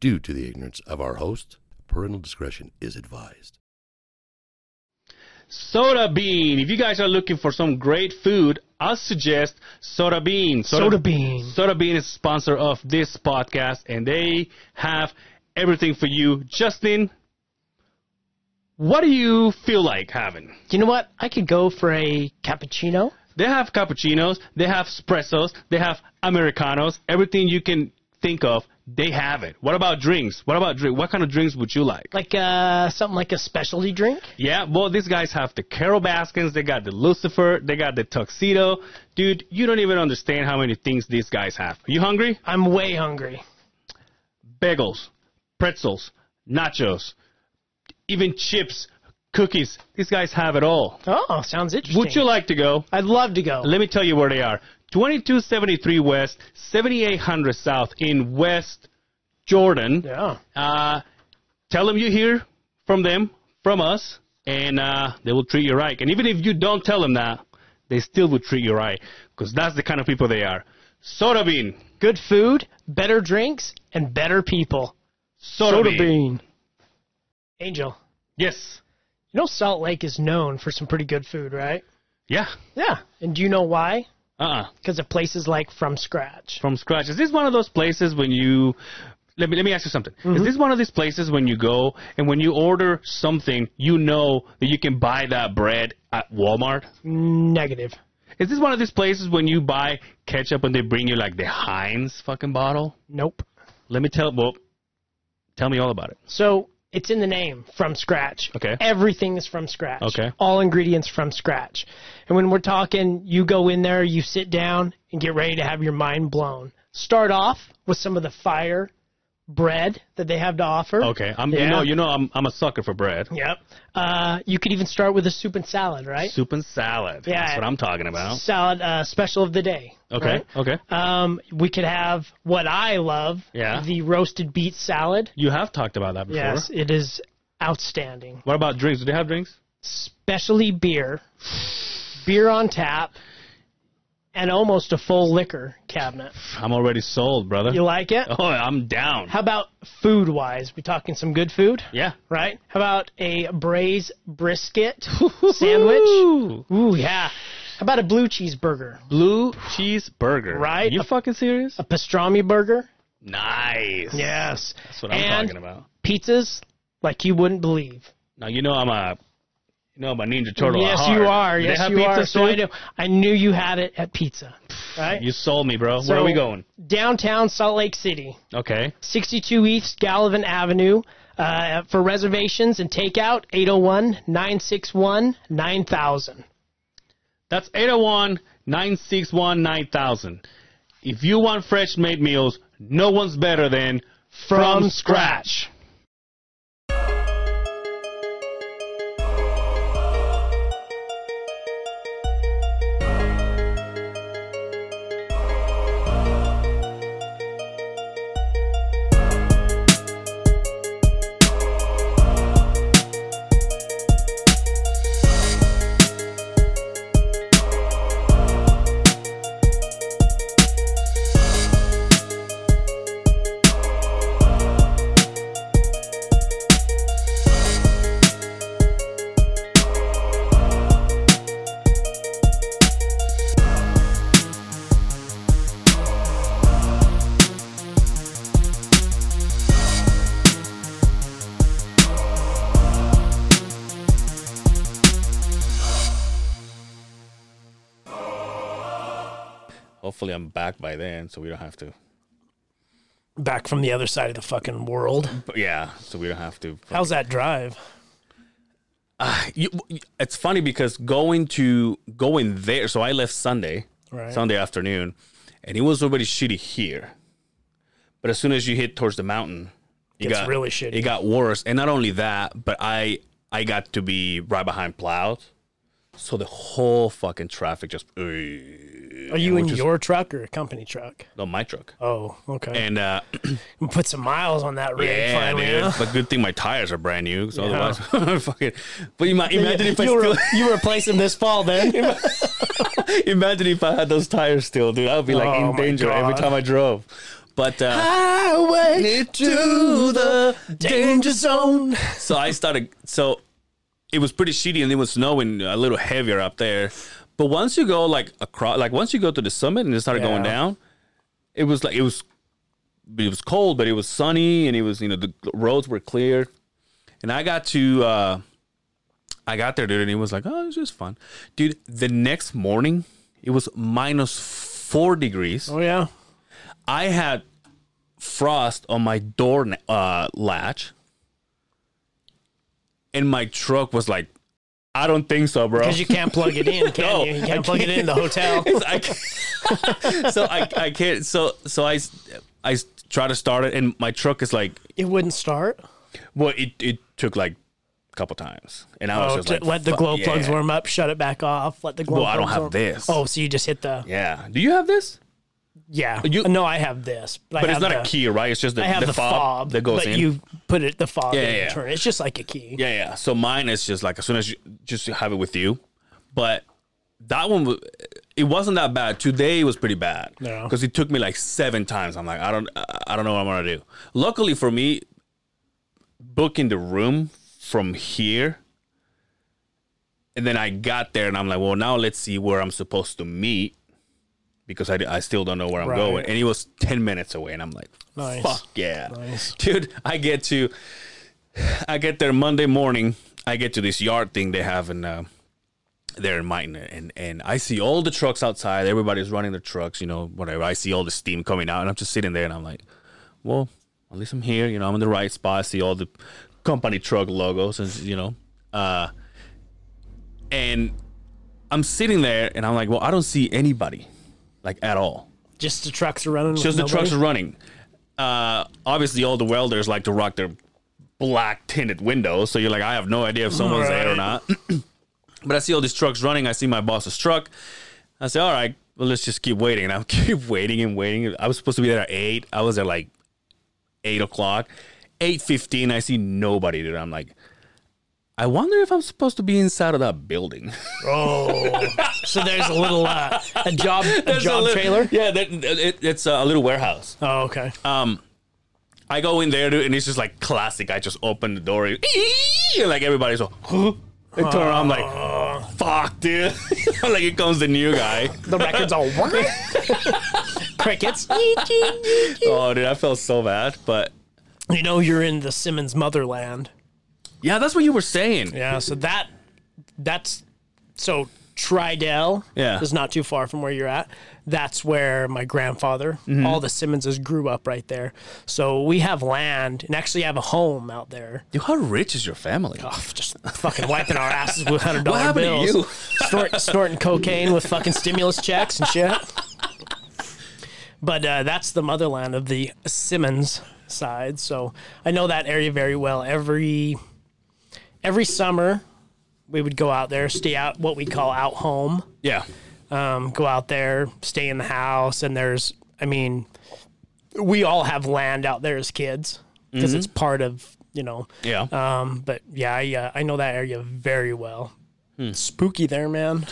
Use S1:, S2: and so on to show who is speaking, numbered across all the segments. S1: due to the ignorance of our host. Parental discretion is advised.
S2: Soda bean. If you guys are looking for some great food, I suggest Soda Bean.
S3: Soda Bean.
S2: Soda Bean is a sponsor of this podcast, and they have everything for you. Justin, what do you feel like having?
S3: You know what? I could go for a cappuccino.
S2: They have cappuccinos, they have espressos, they have americanos, everything you can think of, they have it. What about drinks? What about drink? What kind of drinks would you like?
S3: Like uh, something like a specialty drink.
S2: Yeah, well, these guys have the Carol Baskins, they got the Lucifer, they got the tuxedo. Dude, you don't even understand how many things these guys have. You hungry?
S3: I'm way hungry.
S2: Bagels, pretzels, nachos, even chips, cookies. These guys have it all.
S3: Oh, sounds interesting.
S2: Would you like to go?
S3: I'd love to go.
S2: Let me tell you where they are. 2273 West, 7800 South in West Jordan.
S3: Yeah.
S2: Uh, tell them you hear from them, from us, and uh, they will treat you right. And even if you don't tell them that, they still will treat you right because that's the kind of people they are. Soda Bean.
S3: Good food, better drinks, and better people.
S2: Soda, bean.
S3: Angel,
S2: Yes.
S3: you know Salt Lake is known for some pretty good food, right?
S2: Yeah.
S3: Yeah. And do you know why?
S2: Uh-uh.
S3: Because of places like From Scratch.
S2: From scratch. Is this one of those places when you... Let me, let me ask you something. Is this one of these places when you go and when you order something, you know that you can buy that bread at Walmart?
S3: Negative.
S2: Is this one of these places when you buy ketchup and they bring you like the Heinz fucking bottle?
S3: Nope.
S2: Let me tell well, tell me all about it.
S3: So it's in the name, from scratch.
S2: Okay.
S3: Everything is from scratch.
S2: Okay.
S3: All ingredients from scratch. And when we're talking, you go in there, you sit down, and get ready to have your mind blown. Start off with some of the fire bread that they have to offer.
S2: Okay, I'm you
S3: Yeah.
S2: know you know I'm I'm a sucker for bread.
S3: Yep. Uh, you could even start with a soup and salad, right?
S2: Soup and salad.
S3: Yeah.
S2: That's what I'm talking about.
S3: Salad uh, special of the day.
S2: Okay.
S3: right?
S2: Okay.
S3: Um, we could have what I love,
S2: Yeah.
S3: the roasted beet salad.
S2: You have talked about that before.
S3: Yes, it is outstanding.
S2: What about drinks? Do they have drinks?
S3: Especially beer, beer on tap, and almost a full liquor cabinet.
S2: I'm already sold, brother.
S3: You like it?
S2: oh, I'm down.
S3: How about food wise? We talking some good food,
S2: yeah.
S3: right? How about a braised brisket sandwich?
S2: Ooh.
S3: Ooh yeah. How about a blue cheeseburger,
S2: Blue cheese burger.
S3: Right.
S2: You fucking serious?
S3: a pastrami burger?
S2: Nice.
S3: Yes.
S2: That's what I'm
S3: And-
S2: talking about.
S3: Pizzas like you wouldn't believe.
S2: Now you know I'm a you know I'm a ninja turtle. at
S3: yes,
S2: heart.
S3: you are.
S2: Do they
S3: Yes,
S2: have
S3: you
S2: pizza
S3: are. So
S2: too?
S3: I knew, I knew you had it at pizza. Right?
S2: You sold me, bro. Where
S3: So-
S2: are we going?
S3: Downtown Salt Lake City,
S2: Okay.
S3: 62 East Gallivan Avenue. Uh, for reservations and takeout, 801 961 9000.
S2: That's 801 961 9000. If you want fresh made meals, no one's better than From,
S3: From
S2: Scratch. Hopefully, I'm back by then, so we don't have to.
S3: Back from the other side of the fucking world.
S2: But yeah, so we don't have to.
S3: How's that drive?
S2: You, it's funny because going to going there, so I left Sunday,
S3: Right.
S2: Sunday afternoon, and it was already shitty here. But as soon as you hit towards the mountain, it
S3: Gets really shitty.
S2: It got worse, and not only that, but I I got to be right behind Ploud, so the whole fucking traffic just "Ugh."
S3: Are you in your truck or a company truck?
S2: no my truck.
S3: Oh, okay.
S2: And uh,
S3: Put some miles on that rig
S2: yeah,
S3: finally.
S2: dude.
S3: huh?
S2: But good thing my tires are brand new, 'cause otherwise, fucking. But you might imagine if I
S3: you,
S2: still
S3: were, you were replacing this fall then.
S2: Imagine if I had those tires still, dude. I would be like
S3: Oh,
S2: in
S3: my
S2: danger every
S3: God.
S2: time I drove. But uh,
S1: Highway
S2: to the
S1: danger zone.
S2: so I started. So it was pretty shitty, and it was snowing a little heavier up there. But once you go like across, like once you go to the summit and it started going
S1: Yeah.
S2: down, it was like it was, it was cold, but it was sunny, and it was you know the roads were clear, and I got to, uh I got there, dude, and it was like oh, it's just fun, dude. The next morning, it was minus four degrees.
S4: Oh yeah.
S2: I had frost on my door na- uh, latch, and my truck was like, "I don't think so, bro."
S4: Because you can't plug it in, can
S2: No,
S4: you? You
S2: I
S4: can't plug it in the hotel.
S2: It's- I can't- so I, I can't. So so I s- I s- try to start it, and my truck is like,
S4: It wouldn't start.
S2: well, it it took like a couple times, and I was
S4: Oh,
S2: just
S4: to
S2: like,
S4: let the
S2: "Fuck,
S4: glow
S2: yeah.
S4: plugs warm up. Shut it back off. Let the glow.
S2: Well, I don't
S4: plugs
S2: have
S4: warm-
S2: this.
S4: Oh, so you just hit the
S2: Yeah. Do you have this?
S4: yeah.
S2: You-
S4: no, I have this, but,
S2: But it's
S4: I have
S2: not
S4: the,
S2: a key, right? It's just the,
S4: I have
S2: the, fob, that goes
S4: but
S2: in.
S4: you put it the fob.
S2: Yeah,
S4: in
S2: yeah,
S4: and
S2: yeah.
S4: turn it. It's just like a key.
S2: Yeah, yeah. So mine is just like as soon as you just have it with you, but that one wa- it wasn't that bad. Today was pretty bad
S4: Yeah.
S2: because it took me like seven times. I'm like, I don't, I I don't know what I'm gonna do. Luckily for me, booking the room from here, and then I got there and I'm like, well, now let's see where I'm supposed to meet because I, I still don't know where I'm
S4: Right.
S2: going, and it was ten minutes away, and I'm like,
S4: Nice.
S2: fuck yeah,
S4: Nice.
S2: dude, I get to. I get there Monday morning. I get to this yard thing they have in uh, there in Mighton, and and I see all the trucks outside. Everybody's running their trucks, you know, whatever. I see all the steam coming out, and I'm just sitting there, and I'm like, well, at least I'm here. You know, I'm in the right spot. I see all the company truck logos, and you know, uh, and I'm sitting there, and I'm like, well, I don't see anybody, like at all
S4: Just the trucks are running.
S2: just the trucks are running. Uh, obviously, all the welders like to rock their black tinted windows, so you're like, I have no idea if someone's there or
S4: Right.
S2: not. but I see all these trucks running. I see my boss's truck. I say, all right, well, let's just keep waiting. And I keep waiting and waiting. I was supposed to be there at eight. I was at like eight o'clock, eight fifteen. I see nobody, dude. I'm like. I wonder if I'm supposed to be inside of that building.
S4: Oh, so there's a little uh, a job a
S2: There's a
S4: job
S2: little-
S4: trailer.
S2: Yeah, that, it, it's a little warehouse.
S4: Oh, okay.
S2: Um, I go in there, dude, and it's just like classic. I just open the door, and like everybody's like, huh? They turn around, I'm like, fuck, dude. like, it comes the new guy.
S4: the record's all crickets.
S2: oh, dude, I felt so bad. But
S4: you know you're in the Simmons motherland.
S2: yeah, that's what you were saying.
S4: Yeah, so that that's so Tridel
S2: Yeah.
S4: is not too far from where you're at. That's where my grandfather,
S2: Mm-hmm.
S4: all the Simmonses grew up right there. So we have land and actually have a home out there.
S2: Dude, how rich is your family?
S4: Ugh, Just fucking wiping our asses with hundred
S2: What
S4: dollar
S2: happened to
S4: bills,
S2: you?
S4: Snort, snorting cocaine with fucking stimulus checks and shit. But uh, that's the motherland of the Simmons side, so I know that area very well. Every every summer, we would go out there, stay out what we call out home.
S2: Yeah.
S4: Um, go out there, stay in the house, and there's, I mean, we all have land out there as kids because it's part of you know
S2: Mm-hmm. Yeah.
S4: um, but yeah, I, uh, I know that area very well.
S2: Hmm.
S4: Spooky there, man.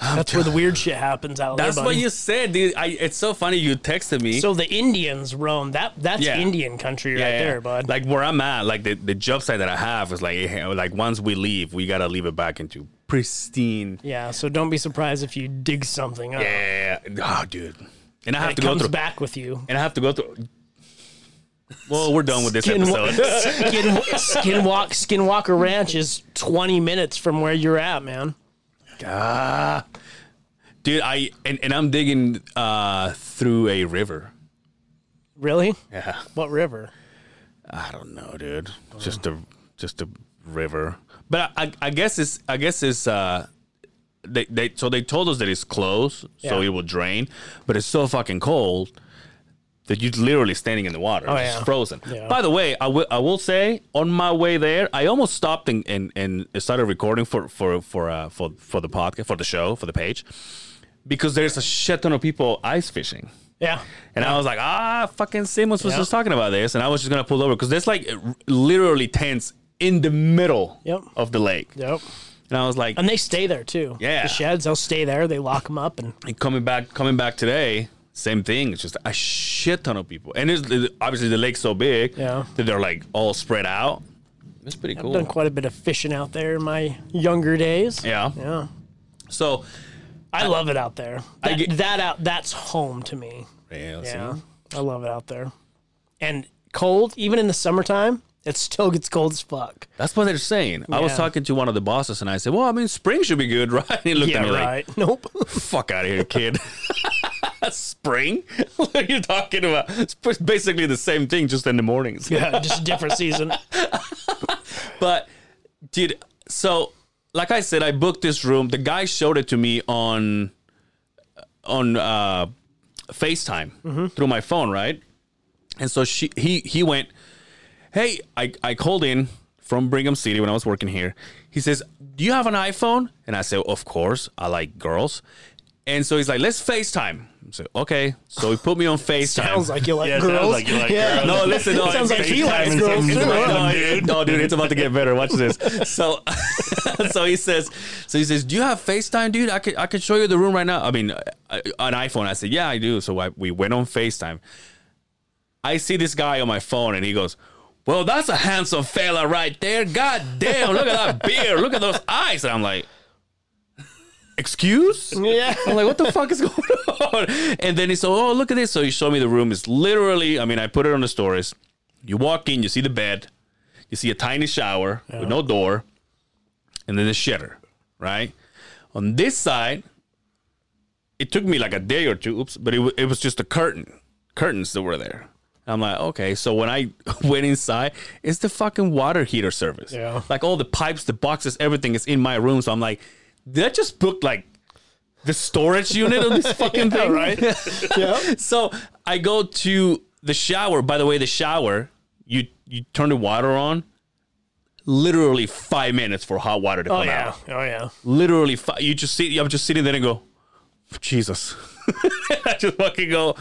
S4: That's where the weird shit happens out
S2: that's
S4: there.
S2: what
S4: buddy.
S2: you said, dude. I, it's so funny you texted me.
S4: So the Indians roam. That that's
S2: Yeah.
S4: Indian country right
S2: Yeah, yeah.
S4: there, bud.
S2: Like where I'm at, like the, the job site that I have is like, eh, like once we leave, we gotta leave it back into pristine.
S4: yeah, so don't be surprised if you dig something up.
S2: Yeah, oh, dude. And I have
S4: It
S2: to go
S4: comes
S2: through.
S4: back with you.
S2: and I have to go through. Well, we're done with this
S4: Skin-
S2: episode.
S4: Skin, Skinwalk, Skinwalker Ranch is 20 minutes from where you're at, man.
S2: Ah. dude, I and, and I'm digging uh, through a river.
S4: Really?
S2: Yeah,
S4: What river?
S2: I don't know, dude. Just a just a river. But I, I, I guess it's I guess it's uh, they they so they told us that it's closed, so
S4: Yeah.
S2: it will drain. But it's so fucking cold that you're literally standing in the water.
S4: Oh,
S2: it's
S4: yeah.
S2: frozen.
S4: Yeah.
S2: By the way, I will I will say on my way there, I almost stopped and, and, and started recording for for for uh, for for the podcast for the show for the page because there's a shit ton of people ice fishing.
S4: Yeah.
S2: And I was like, ah, fucking Simmons was
S4: Yeah.
S2: just talking about this, and I was just gonna pull over because there's like r- literally tents in the middle
S4: Yep.
S2: of the lake,
S4: Yep.
S2: and I was like,
S4: And they stay there too.
S2: Yeah.
S4: The sheds, they'll stay there. They lock them up and
S2: coming back, coming back today. Same thing. It's just a shit ton of people, and it's, obviously the lake's so big
S4: Yeah.
S2: that they're like all spread out. It's pretty
S4: I've
S2: cool.
S4: done quite a bit of fishing out there in my younger days.
S2: yeah.
S4: Yeah.
S2: So,
S4: I love it out there.
S2: I
S4: That,
S2: get-
S4: that out that's home to me.
S2: yeah,
S4: Yeah.
S2: see?
S4: I love it out there. And cold, even in the summertime, it still gets cold as fuck.
S2: that's what they're saying. I was
S4: Yeah.
S2: talking to one of the bosses, and I said, "Well, I mean, spring should be good, right?" And he looked at me like,
S4: nope.
S2: fuck out of here, kid. Spring? what are you talking about? It's pr- basically the same thing, just in the mornings.
S4: yeah, just a different season.
S2: But, dude, so like I said, I booked this room. The guy showed it to me on on uh, FaceTime through my phone, right? And so she he he went, hey, I I called in from Brigham City when I was working here. He says, do you have an iPhone? And I said, of course, I like girls. And so he's like, let's FaceTime. I said, okay. So he put me on FaceTime.
S4: Sounds like you like
S5: Yeah, sounds
S4: girls.
S5: like you like
S4: yeah.
S5: girls.
S2: No, listen. No,
S4: Sounds
S2: it's
S4: like he likes
S2: FaceTime.
S4: girls,
S2: It's
S4: too.
S2: random,
S5: Yeah.
S2: dude. No, dude, it's about to get better. Watch this. So, so he says, so he says, do you have FaceTime, dude? I could, I could show you the room right now. I mean, uh, uh, an iPhone. I said, yeah, I do. So I, we went on FaceTime. I see this guy on my phone, and he goes. Well, that's a handsome fella right there. God damn, look at that beard. Look at those eyes. And I'm like, excuse?
S4: Yeah.
S2: I'm like, what the fuck is going on? And then he said, oh, look at this. So he showed me the room. It's literally, I mean, I put it on the stories. You walk in, you see the bed, you see a tiny shower with no door, and then the shitter, right? On this side, it took me like a day or two, oops, but it, wa- it was just a curtain, curtains that were there. I'm like, okay. So when I went inside, it's the fucking water heater service.
S4: Yeah.
S2: Like all the pipes, the boxes, everything is in my room. So I'm like, did I just book like the storage unit of this fucking thing? Right.
S4: yeah.
S2: so I go to the shower. By the way, the shower, you you turn the water on. Literally five minutes for hot water to
S4: Oh
S2: come
S4: yeah.
S2: out.
S4: Oh yeah.
S2: Literally, fi- you just sit. I'm just sitting there and go, Jesus. I just fucking go.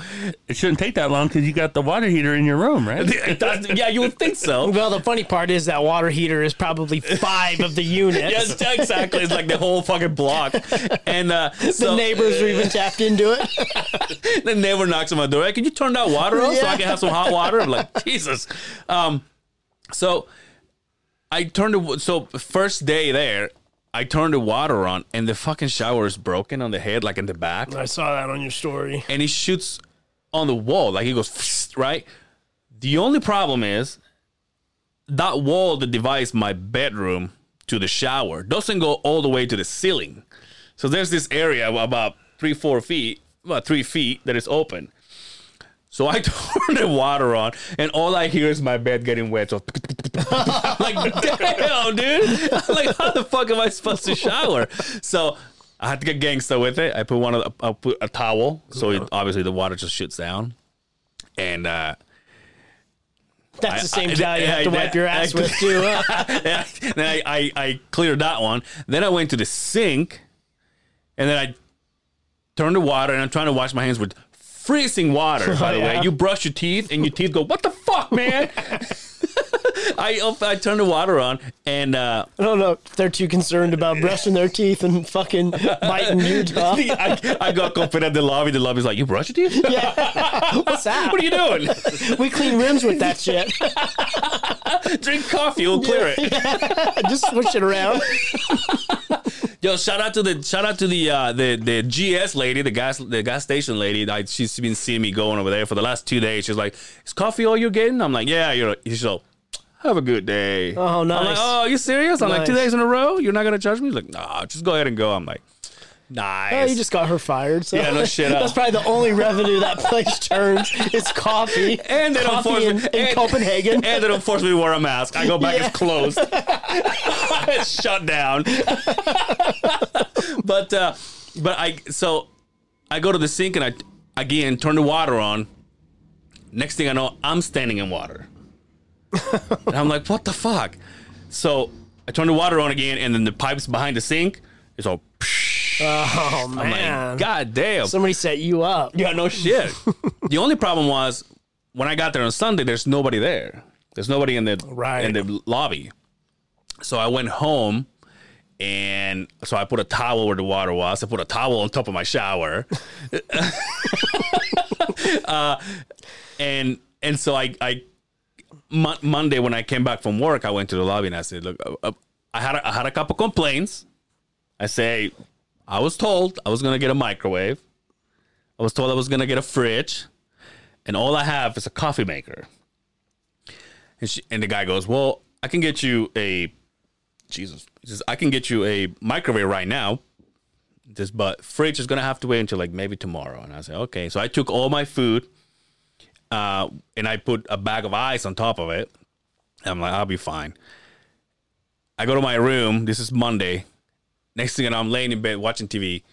S5: It shouldn't take that long because you got the water heater in your room, right?
S2: "That's- yeah, you would think so.
S4: Well, the funny part is that water heater is probably five of the units.
S2: Yes, exactly. It's like the whole fucking block, and uh,
S4: The
S2: so
S4: neighbors are even tapped into it.
S2: the neighbor knocks on my door. Hey, can you turn that water off so I can have some hot water? I'm like, Jesus. Um, so I turned the so first day there, I turned the water on, and the fucking shower is broken on the head, like in the back,
S4: I saw that on your story.
S2: and he shoots on the wall, like he goes right. The only problem is that wall that divides my bedroom to the shower doesn't go all the way to the ceiling. So there's this area of about three, four feet, about three feet that is open. So I turn the water on, and all I hear is my bed getting wet. So I'm like, damn, dude! I'm like, how the fuck am I supposed to shower? So I had to get gangster with it. I put one of the, I put a towel, so it, obviously the water just shoots down, and. uh
S4: That's the same
S2: I-
S4: guy you
S2: I-
S4: have to
S2: I-
S4: wipe your
S2: I-
S4: ass with too. huh?
S2: then I, I, I cleared that one. Then I went to the sink, and then I turned the water, and I'm trying to wash my hands with freezing water. By the way,
S4: Yeah.
S2: you brush your teeth, and your teeth go, "What the fuck, man!" I up- I turned the water on, and uh,
S4: I don't know if they're too concerned about brushing their teeth and fucking biting Utah.
S2: I, I got caught in the lobby. The lobby's like, "You brush your teeth?
S4: What's that?
S2: What are you doing?
S4: we clean rims with that shit.
S2: Drink coffee, we'll clear it."
S4: Just swish it around.
S2: Yo, shout out to the shout out to the uh, the the GS lady, the gas the gas station lady. Like she's been seeing me going over there for the last two days. She's like, "Is coffee all you're getting?" I'm like, "Yeah." You're like, she's like, "Have a good day."
S4: Oh,
S2: I'm like,
S4: nice.
S2: "Oh, you serious?" I'm like, two
S4: Nice.
S2: days in a row. You're not gonna charge me?" She's like, "Nah, just go ahead and go." I'm like, "Nice."
S4: Oh, you just got her fired. So
S2: Yeah, no shit, uh.
S4: That's probably the only revenue that place turns. It's coffee.
S2: and they don't
S4: coffee
S2: force
S4: in,
S2: me
S4: in
S2: and-
S4: Copenhagen.
S2: and they don't force me to wear a mask. I go back,
S4: Yeah.
S2: it's closed. it's shut down. but uh, but I so I go to the sink and I again turn the water on. Next thing I know, I'm standing in water. and I'm like, what the fuck? So I turn the water on again, and then the pipes behind the sink, it's all.
S4: oh
S2: I'm like,
S4: man,
S2: God damn.
S4: somebody set you up.
S2: Yeah, no shit. the only problem was when I got there on Sunday, there's nobody there. There's nobody in the
S4: Right.
S2: in the lobby. So I went home and so I put a towel where the water was. I put a towel on top of my shower. Uh, and and so I I Mon- Monday when I came back from work, I went to the lobby and I said, look, uh, uh, I had a, I had a couple complaints. I say I was told I was gonna get a microwave. I was told I was gonna get a fridge, and all I have is a coffee maker. And she, and the guy goes, well, I can get you a Jesus. He says I can get you a microwave right now. This but fridge is gonna have to wait until like maybe tomorrow. And I said, okay. So I took all my food uh, and I put a bag of ice on top of it. And I'm like, I'll be fine. I go to my room. This is Monday. Next thing you know, I'm laying in bed watching TV,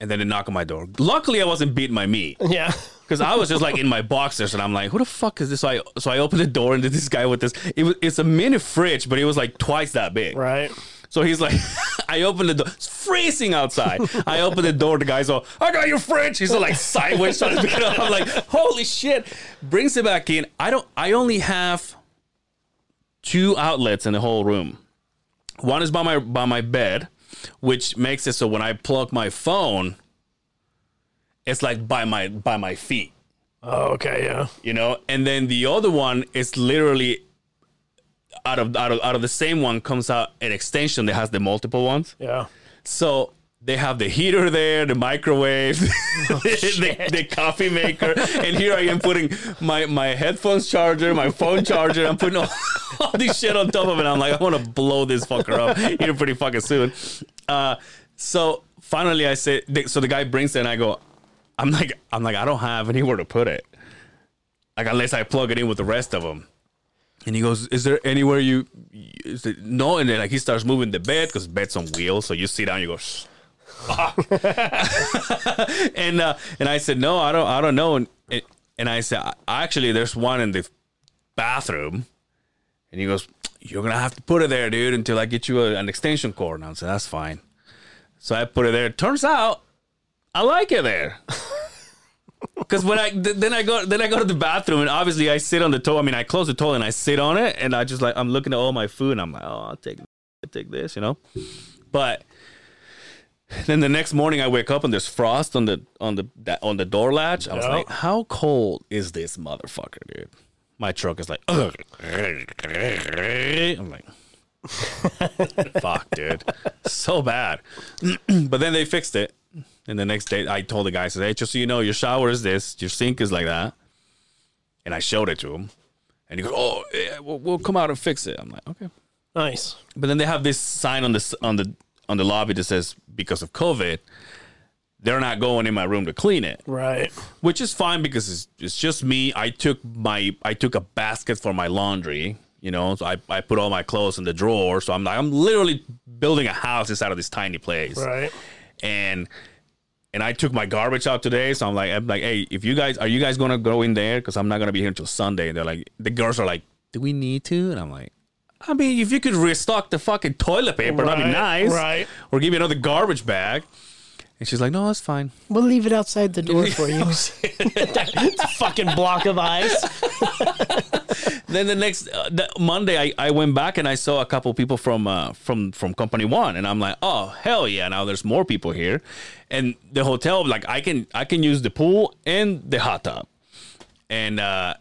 S2: and then they knock on my door. Luckily, I wasn't beating my meat
S4: Yeah.
S2: because I was just like in my boxers, and I'm like, "Who the fuck is this?" So I so I opened the door, and this guy with this. It was it's a mini fridge, but it was like twice that big.
S4: Right.
S2: So he's like, I opened the door. It's freezing outside. I open the door. The guy's all, I got your fridge. He's all like sideways trying to pick it up. I'm like, holy shit. Brings it back in. I don't, I only have two outlets in the whole room. One is by my, by my bed, which makes it so when I plug my phone, it's like by my, by my feet
S4: Oh, okay. Yeah.
S2: you know and then the other one is literally out of out of out of the same one comes out an extension that has the multiple ones
S4: Yeah.
S2: so they have the heater there the microwave the, the coffee maker and here i am putting my my headphones charger my phone charger i'm putting all, all this shit on top of it i'm like i want to blow this fucker up here pretty fucking soon uh so finally i say so the guy brings it and i go i'm like i'm like i don't have anywhere to put it like unless I plug it in with the rest of them. And he goes, "Is there anywhere you?" Is it, no, and then like he starts moving the bed because bed's on wheels, so you sit down, you go. "Shh." and uh, and I said, "No, I don't, I don't know." And and- and I said, "I- "Actually, there's one in the bathroom." And he goes, "You're gonna have to put it there, dude, until I get you a, an extension cord." And I said, "That's fine." So I put it there. Turns out, I like it there. Because when I th- then I go then I go to the bathroom and obviously I sit on the toilet. I mean I close the toilet and I sit on it and I just like I'm looking at all my food and I'm like oh I'll take I'll take this you know, but then the next morning I wake up and there's frost on the on the that, on the door latch. I was
S4: Yeah.
S2: like how cold is this motherfucker dude? My truck is like "Ugh." I'm like fuck dude so bad but then they fixed it. And the next day, I told the guy, I said, hey, just so you know, your shower is this, your sink is like that. And I showed it to him. And he goes, oh, yeah, we'll, we'll come out and fix it. I'm like, okay.
S4: Nice.
S2: But then they have this sign on the s- on the on the lobby that says because of COVID, they're not going in my room to clean it,
S4: Right.
S2: which is fine because it's, it's just me. I took my I took a basket for my laundry, you know, so I, I put all my clothes in the drawer. So I'm like I'm literally building a house inside of this tiny place
S4: Right.
S2: and and I took my garbage out today, so I'm like, I'm like, hey, if you guys are you guys gonna go in there? Because I'm not gonna be here until Sunday. And they're like, the girls are like, do we need to? And I'm like, I mean, if you could restock the fucking toilet paper, that'd be
S4: Right,
S2: nice,
S4: right.
S2: Or give me another garbage bag. And she's like, no, that's fine.
S4: We'll leave it outside the door for you. it's a fucking block of ice.
S2: then the next uh, the, Monday, I, I went back and I saw a couple people from uh, from from Company One, and I'm like, oh hell yeah! Now there's more people here, and the hotel like I can I can use the pool and the hot tub, and uh,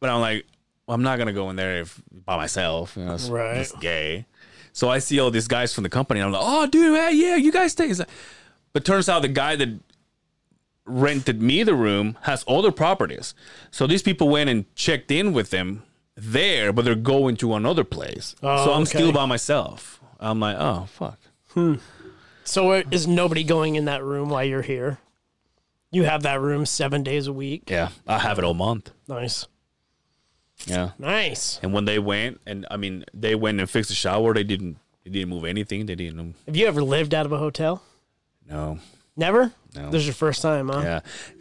S2: but I'm like, well, I'm not gonna go in there if, by myself. You know, it's,
S4: Right.
S2: it's gay. So I see all these guys from the company, and I'm like, oh dude, hey, yeah, you guys stay. It's like- But turns out the guy that rented me the room has other properties. So these people went and checked in with them there, but they're going to another place. so I'm
S4: okay.
S2: still by myself. I'm like, oh fuck.
S4: So uh, is nobody going in that room while you're here? You have that room seven days a week.
S2: Yeah, I have it all month.
S4: Nice.
S2: Yeah.
S4: Nice.
S2: And when they went, and I mean, they went and fixed the shower. They didn't. They didn't move anything. They didn't.
S4: Have you ever lived out of a hotel?
S2: No.
S4: Never?
S2: No.
S4: This is your first time, huh?
S2: Yeah.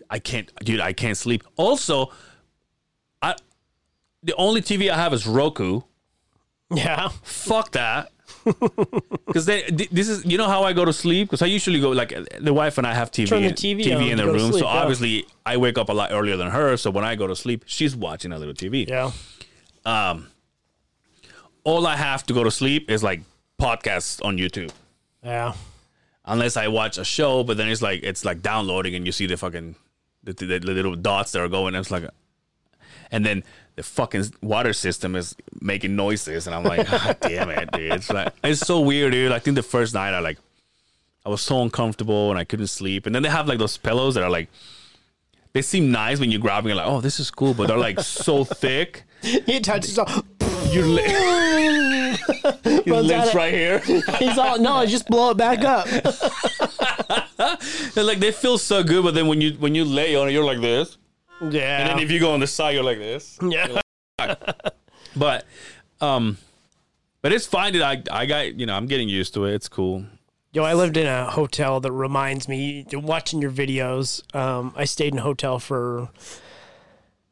S2: I can't, dude. I can't sleep. Also, I. The only TV I have is Roku.
S4: Yeah.
S2: fuck that. Because this is you know how I go to sleep because I usually go like the wife and I have TV
S4: Turn the
S2: in-
S4: TV
S2: TV
S4: on
S2: in
S4: and
S2: the
S4: go to
S2: room,
S4: sleep,
S2: so
S4: yeah.
S2: obviously I wake up a lot earlier than her. So when I go to sleep, she's watching a little TV.
S4: Yeah.
S2: All I have to go to sleep is like podcasts on YouTube,
S4: Yeah.
S2: unless I watch a show. But then it's like it's like downloading and you see the fucking the, the, the little dots that are going. I was like, and then the fucking water system is making noises, and I'm like, God damn it, dude! It's like it's so weird, dude. I think the first night I like, I was so uncomfortable and I couldn't sleep. And then they have like those pillows that are like, they seem nice when you grab them. You're like, oh, this is cool, but they're like so thick.
S4: He touches all.
S2: Your, li- your
S4: Runs out
S2: lips
S4: of-
S2: right here.
S4: He's all no. I just blow it back up.
S2: They're like they feel so good, but then when you when you lay on it, you're like this.
S4: Yeah.
S2: And if you go on the side, you're like this.
S4: yeah.
S2: But um but it's fine that I I got you know, I'm getting used to it. It's cool.
S4: Yo, I lived in a hotel that reminds me. Watching your videos, um, I stayed in a hotel for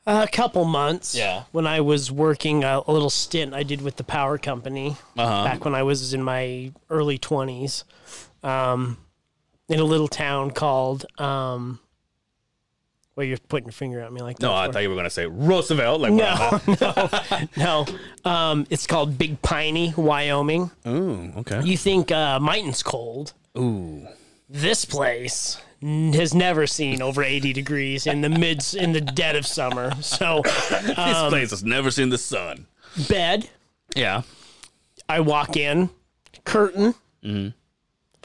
S4: a couple months.
S2: Yeah.
S4: When I was working a, a little stint I did with the power company
S2: Uh-huh.
S4: back when I was in my early twenties, um, in a little town called. Um, well, you're putting your finger at me like that.
S2: No, I thought you were gonna say Roosevelt, like
S4: No, no, no. Um, it's called Big Piney, Wyoming.
S2: Ooh, okay.
S4: You think uh, Mighton's cold?
S2: Ooh.
S4: This place n- has never seen over 80 degrees in the mid in the dead of summer. So,
S2: This place has never seen the sun.
S4: bed.
S2: Um, Yeah.
S4: I walk in, curtain
S2: Mm-hmm.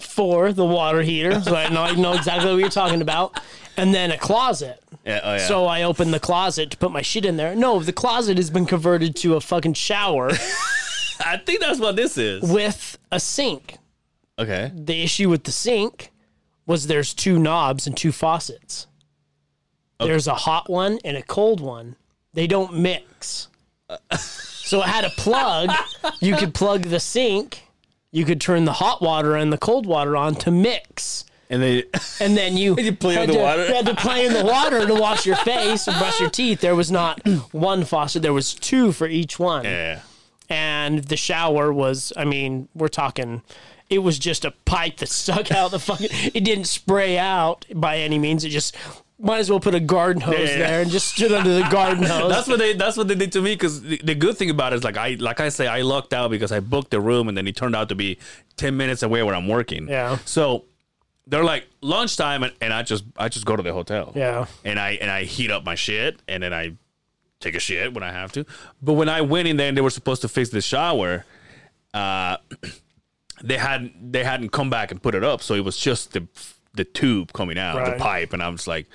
S4: for the water heater, so I know I know exactly what you're talking about, and then a closet.
S2: Yeah, oh yeah.
S4: So I open the closet to put my shit in there. No, the closet has been converted to a fucking shower
S2: I think that's what this is.
S4: with a sink.
S2: Okay.
S4: the issue with the sink was there's two knobs and two faucets. There's a hot one and a cold one. They don't mix. so it had a plug. You could plug the sink. You could turn the hot water and the cold water on to mix.
S2: And they
S4: And then you,
S2: You play
S4: had
S2: in the
S4: to,
S2: water.
S4: you had to play in the water to wash your face and brush your teeth. There was not one faucet. There was two for each one
S2: Yeah.
S4: and the shower was i mean we're talking it was just a pipe that stuck out the fucking it didn't spray out by any means it just might as well put a garden hose
S2: yeah.
S4: there and just stood under the garden hose
S2: That's what they. That's what they did to me. Because the, the good thing about it is, like I, like I say, I lucked out because I booked the room, and then it turned out to be ten minutes away where I'm working.
S4: Yeah.
S2: So they're like lunchtime, and, and I just, I just go to the hotel.
S4: Yeah.
S2: And I, and I heat up my shit, and then I take a shit when I have to. But when I went in there, and they were supposed to fix the shower. Uh, they had they hadn't come back and put it up, so it was just the the tube coming out, the
S4: Right.
S2: pipe, and I was like,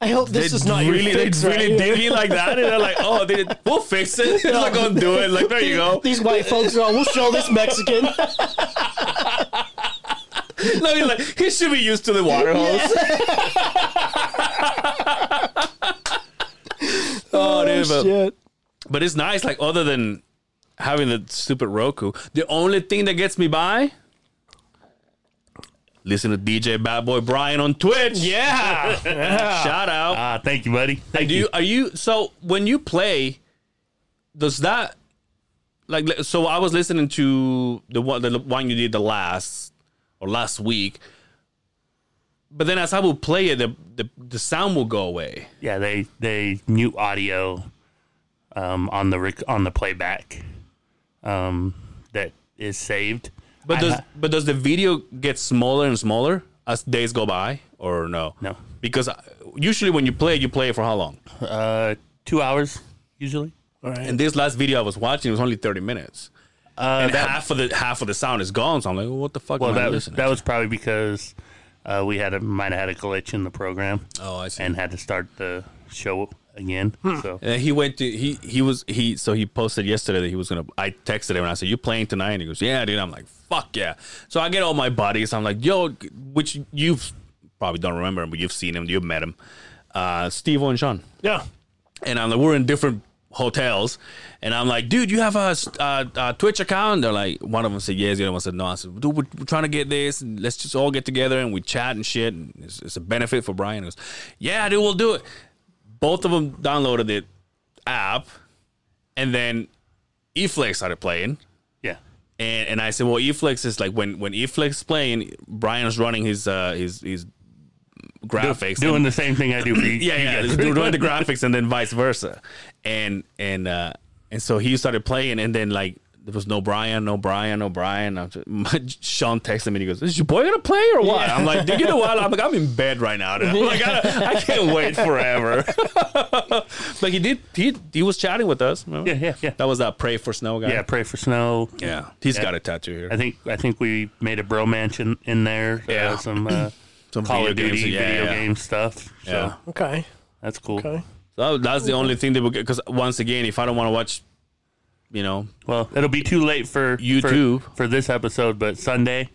S4: i hope this
S2: they
S4: is not
S2: really,
S4: your fix
S2: they really
S4: right
S2: did me like that, and they're like, "Oh, they, we'll fix it. They're not gonna do it." Like, there you go.
S4: these white folks are all we'll show this mexican
S2: No, he's like, he should be used to the water hose. oh, dude, but,
S4: shit
S2: but it's nice. Like, other than having the stupid Roku, the only thing that gets me by, listen to DJ Bad Boy Brian on Twitch.
S4: yeah, yeah.
S2: shout out.
S5: Ah, thank you, buddy. Thank
S2: Do
S5: you.
S2: you, are you so when you play? Does that like li- so? I was listening to the one the one you did the last or last week, but then as I would play it, the the, the sound will go away.
S5: Yeah, they they mute audio um, on the rec- on the playback um, that is saved.
S2: But
S5: I
S2: does
S5: ha-
S2: but does the video get smaller and smaller as days go by, or no?
S5: No.
S2: because I- usually when you play, you play it for how long?
S5: uh, two hours usually?
S2: And this last video I was watching was only thirty minutes. and half of the half of the sound is gone, so I'm like, well, what the fuck?
S5: Uh, Well,
S2: am I
S5: that was
S2: listening
S5: that
S2: to?
S5: was probably because uh, we had a might have had a glitch in the program
S2: oh, I see.
S5: and had to start the show again. So
S2: And he went to he he was he so he posted yesterday that he was gonna. I texted him and I said, "You playing tonight?" And he goes, "Yeah, dude." I'm like, "Fuck yeah!" So I get all my buddies. I'm like, "Yo," which you've probably don't remember him, but you've seen him, you've met him, uh, Steve and Sean.
S4: yeah.
S2: And I'm like, we're in different hotels, and I'm like, "Dude, you have a, uh a Twitch account?" And they're like, one of them said yes, the other one said no. I said, "Dude, we're, we're trying to get this. And let's just all get together and we chat and shit. And it's, it's a benefit for Brian." He goes, "Yeah, dude, we'll do it." both of them downloaded the app, and then Eflex started playing.
S5: yeah,
S2: And, and I said, well, Eflex is like when when Eflex playing, Brian's running his uh his his graphics,
S5: doing
S2: and,
S5: the same thing I do for you.
S2: yeah yeah,
S5: you guys.
S2: doing running the graphics, and then vice versa, and and uh and so he started playing, and then like there was no Brian, no Brian, no Brian. I'm just, my, Sean texted me and he goes, "Is your boy gonna play or what?" I'm like, "Dude, you know what? I'm like, I'm in bed right now. Dude. I'm like, I, don't- I can't wait forever." but he did. He he was chatting with us. remember?
S5: Yeah, yeah, yeah.
S2: That was that pray for snow guy.
S5: Yeah, pray for snow.
S2: yeah. He's got a tattoo here.
S5: I think I think we made a bro mansion in there. uh,
S2: Yeah.
S5: some uh,
S2: Some
S5: Call
S2: video
S5: of Duty
S2: games, yeah,
S5: video
S2: yeah.
S5: game stuff. So
S2: Yeah.
S4: Okay.
S5: that's cool.
S4: Okay.
S2: So that's the only thing that will get. Because once again, if I don't want to watch, you know,
S5: Well, it'll be too late for
S2: You
S5: for,
S2: too.
S5: for this episode, but Sunday.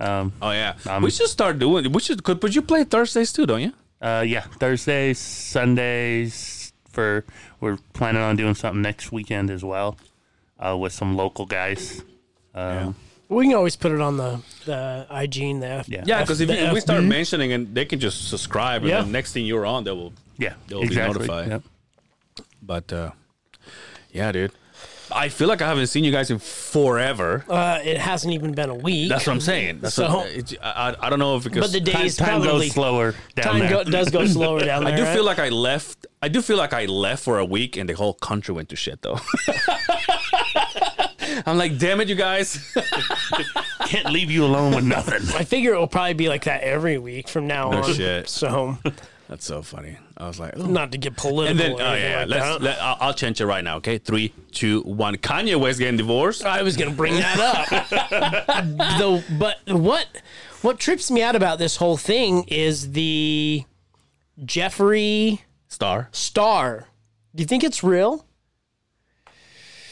S5: Um,
S2: oh yeah,
S5: Um,
S2: we should start doing. We should. Could, but you play Thursdays too, don't you?
S5: uh, yeah, Thursdays, Sundays for we're planning on doing something next weekend as well uh, with some local guys. Um,
S4: We can always put it on the the IG and the F-
S5: Yeah.
S2: Yeah, because if,
S4: the
S2: you- if we start
S4: FB.
S2: mentioning and they can just subscribe, and
S4: Yeah.
S2: the next thing you're on, they will.
S5: yeah,
S2: They'll be
S5: exactly.
S2: notified.
S5: Yep.
S2: But uh, yeah, dude, I feel like I haven't seen you guys in forever.
S4: uh, it hasn't even been a week.
S2: That's what I'm saying. That's
S4: So-
S2: what, it's, I, I I don't know if because
S4: but the
S5: Time,
S4: days
S5: time
S4: probably
S5: goes slower down
S4: time
S5: there.
S4: go, does go slower down there.
S2: I do
S4: right?
S2: feel like I left. I do feel like I left for a week, and the whole country went to shit though. I'm like, damn it, you guys.
S5: Can't leave you alone with nothing.
S4: I figure it will probably be like that every week from now
S2: No
S4: on.
S2: Oh, shit.
S4: So
S2: That's so funny. I was like,
S4: not to get political.
S2: And then,
S4: or
S2: oh
S4: anything
S2: yeah,
S4: like
S2: let's.
S4: that.
S2: Let, I'll, I'll change it right now. Okay, three, two, one. Kanye West getting divorced.
S4: I was gonna bring that up. Though, but what what trips me out about this whole thing is the Jeffrey
S2: Star.
S4: Star. Do you think it's real?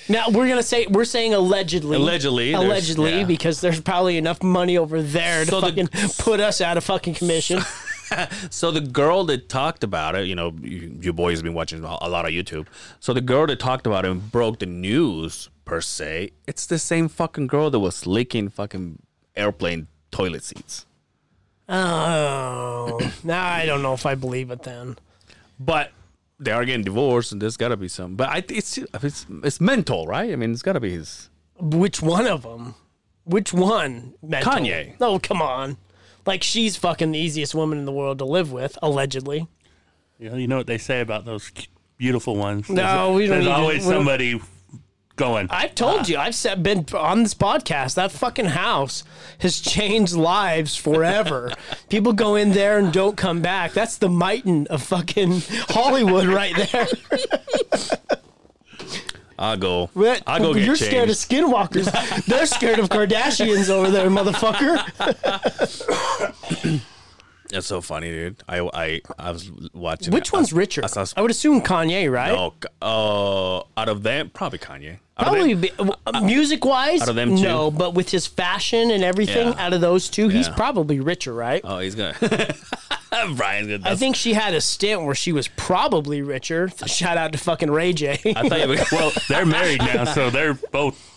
S4: Now we're gonna say we're saying allegedly,
S2: Allegedly, there's-
S4: allegedly,
S2: yeah.
S4: because there's probably enough money over there to
S2: So the-
S4: fucking put us out of fucking commission.
S2: So the girl that talked about it, you know, you, your boy has been watching a lot of YouTube. So the girl that talked about it and broke the news per se. It's the same fucking girl that was licking fucking airplane toilet seats.
S4: oh, now I don't know if I believe it. Then
S2: But they are getting divorced, and there's got to be some. But I, it's it's it's mental, right? I mean, it's got to be his.
S4: which one of them? Which one? Mental?
S2: Kanye.
S4: No, come on. Like she's fucking the easiest woman in the world to live with, allegedly.
S5: You know, you know what they say about those c- beautiful ones.
S4: No, we don't
S5: There's
S4: need to-
S5: always
S4: we don't-
S5: somebody going.
S4: I've
S2: Ah.
S4: told you, I've said, been on this podcast. That fucking house has changed lives forever. People go in there and don't come back. That's the Mighton of fucking Hollywood right there.
S2: I'll go.
S4: But
S2: I'll go get
S4: you're
S2: changed.
S4: scared of skinwalkers. They're scared of Kardashians over there, motherfucker.
S2: That's so funny, dude. I I, I was watching.
S4: Which
S2: it.
S4: one's
S2: I-
S4: richer?
S2: I saw-
S4: I would assume Kanye, right?
S2: Oh, g- oh, out of them, probably Kanye. Out of them-
S4: Probably be, music wise,
S2: out of them two?
S4: Uh, no, but with his fashion and everything,
S2: Yeah.
S4: out of those two, he's
S2: Yeah.
S4: probably richer, right?
S2: Oh, he's gonna. Brian's gonna.
S4: I think she had a stint where she was probably richer. Shout out to fucking Ray J.
S2: I thought you were-
S5: well, they're married now, so they're both.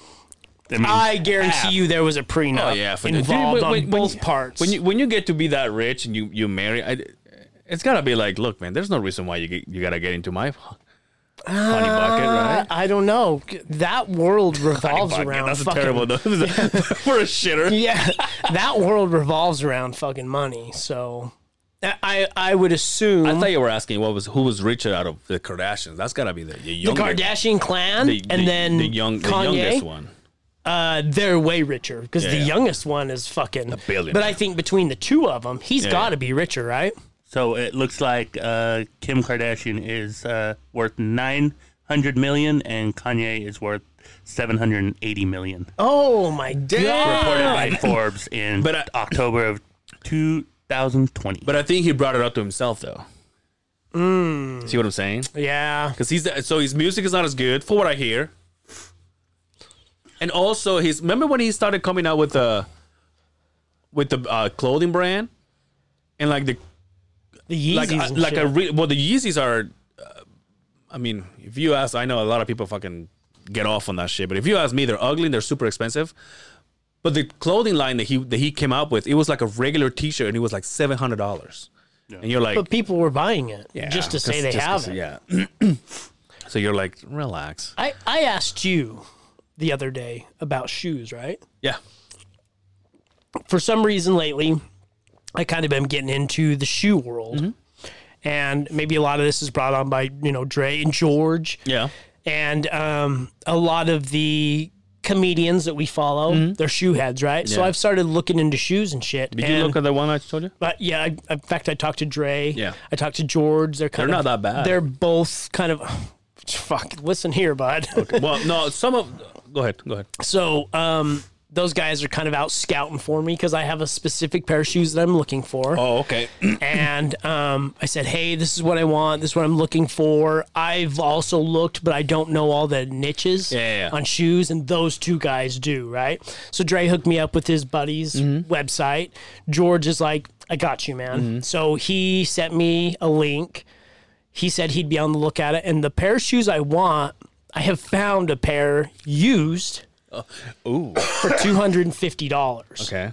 S5: I mean,
S4: I guarantee
S5: half.
S4: you there was a prenup
S2: Oh yeah, for the-
S4: involved
S2: Dude, when-
S4: on
S2: when- when
S4: both
S2: you-
S4: parts.
S2: When you when you get to be that rich and you you marry, I, it's gotta be like, look, man, there's no reason why you get, you gotta get into my honey bucket,
S4: Uh,
S2: right?
S4: I don't know. That world
S2: Honey
S4: revolves
S2: bucket.
S4: around
S2: That's a
S4: fucking
S2: terrible. though. for a shitter.
S4: yeah, that world revolves around fucking money. So I- I I would assume
S2: I thought you were asking what was who was richer out of the Kardashians. That's gotta be the the,
S4: the
S2: younger,
S4: Kardashian clan
S2: the-
S4: and
S2: the-
S4: then
S2: the young the
S4: Kanye,
S2: youngest one.
S4: Uh, they're way richer because the
S2: Yeah.
S4: youngest one is fucking a
S2: billionaire.
S4: But I think between the two of them, he's
S2: Yeah.
S4: got to be richer, right?
S5: So it looks like uh, Kim Kardashian is uh, worth nine hundred million, and Kanye is worth seven hundred eighty million.
S4: Oh my
S5: Reported
S4: god!
S5: by Forbes in
S2: But I-
S5: October of two thousand twenty.
S2: But I think he brought it up to himself though.
S4: Hmm.
S2: See what I'm saying?
S4: Yeah,
S2: because he's so his music is not as good for what I hear. And also, his remember when he started coming out with the with the uh, clothing brand and like the
S4: the
S2: like
S4: Yeezys
S2: uh,
S4: and
S2: like
S4: shit.
S2: a re- well the Yeezys are. Uh, I mean, if you ask, I know a lot of people fucking get off on that shit, but if you ask me, they're ugly and they're super expensive. But the clothing line that he that he came up with, it was like a regular T-shirt, and it was like seven hundred dollars. And you're like,
S4: but people were buying it just to say they
S2: just
S4: have
S2: 'cause-
S4: it.
S2: Yeah. so you're like, relax.
S4: I, I asked you the other day about shoes, right?
S2: Yeah.
S4: For some reason lately, I kind of been getting into the shoe world. And maybe a lot of this is brought on by, you know, Dre and George.
S2: Yeah.
S4: And um, a lot of the comedians that we follow, they're shoe heads, right? So
S2: Mm-hmm. Yeah.
S4: I've started looking into shoes and shit.
S2: Did
S4: and,
S2: you look at the one I told you?
S4: but yeah, I, in fact, I talked to Dre.
S2: Yeah.
S4: I talked to George. They're kind
S2: They're
S4: of
S2: not that bad.
S4: They're both kind of fuck. Listen here, bud.
S2: well, no, some of. Go ahead. Go ahead.
S4: So um, those guys are kind of out scouting for me because I have a specific pair of shoes that I'm looking for.
S2: Oh, okay.
S4: and um, I said, "Hey, this is what I want. This is what I'm looking for." I've also looked, but I don't know all the niches
S2: yeah, yeah.
S4: on shoes, and those two guys do, right? So Dre hooked me up with his buddy's
S2: Mm-hmm.
S4: website. George is like, "I got you, man." So he sent me a link. He said he'd be on the look at it, and the pair of shoes I want, I have found a pair used
S2: Uh, Ooh.
S4: for two hundred and fifty dollars.
S2: Okay.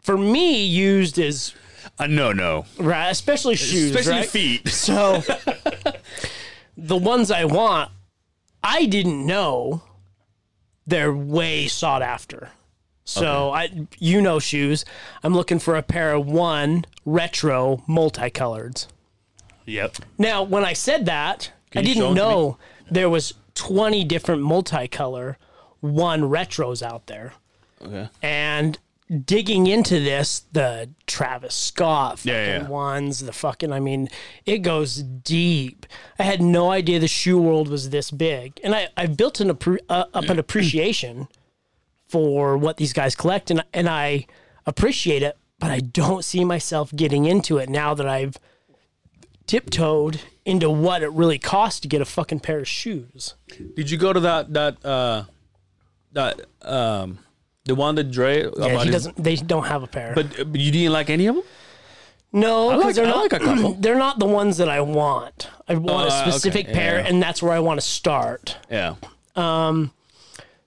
S4: For me, used is
S2: Uh, no, no.
S4: right, especially shoes,
S2: Especially
S4: right?
S2: feet.
S4: So the ones I want, I didn't know they're way sought after. So I you know shoes. I'm looking for a pair of one retro multicoloreds.
S5: Yep.
S4: Now, when I said that, I
S2: you show
S4: didn't
S2: 'em to me?
S4: know there was 20 different multicolor one retros out there.
S2: Okay.
S4: And digging into this, the Travis Scott fucking
S2: Yeah, yeah, yeah.
S4: ones, the fucking I mean, it goes deep. I had no idea the shoe world was this big. And I I built an appre- uh, up an appreciation for what these guys collect and and I appreciate it, but I don't see myself getting into it now that I've tiptoed into what it really costs to get a fucking pair of shoes.
S2: Did you go to that that uh that um the one that Dre?
S4: Yeah, he doesn't. They don't have a pair.
S2: but, uh, but you didn't like any of them.
S4: no, because
S2: like-
S4: they're
S2: I
S4: not.
S2: like a couple.
S4: they're not the ones that I want. I want
S2: Uh,
S4: a
S2: okay,
S4: specific
S2: yeah,
S4: pair,
S2: yeah.
S4: and that's where I want to start.
S2: Yeah.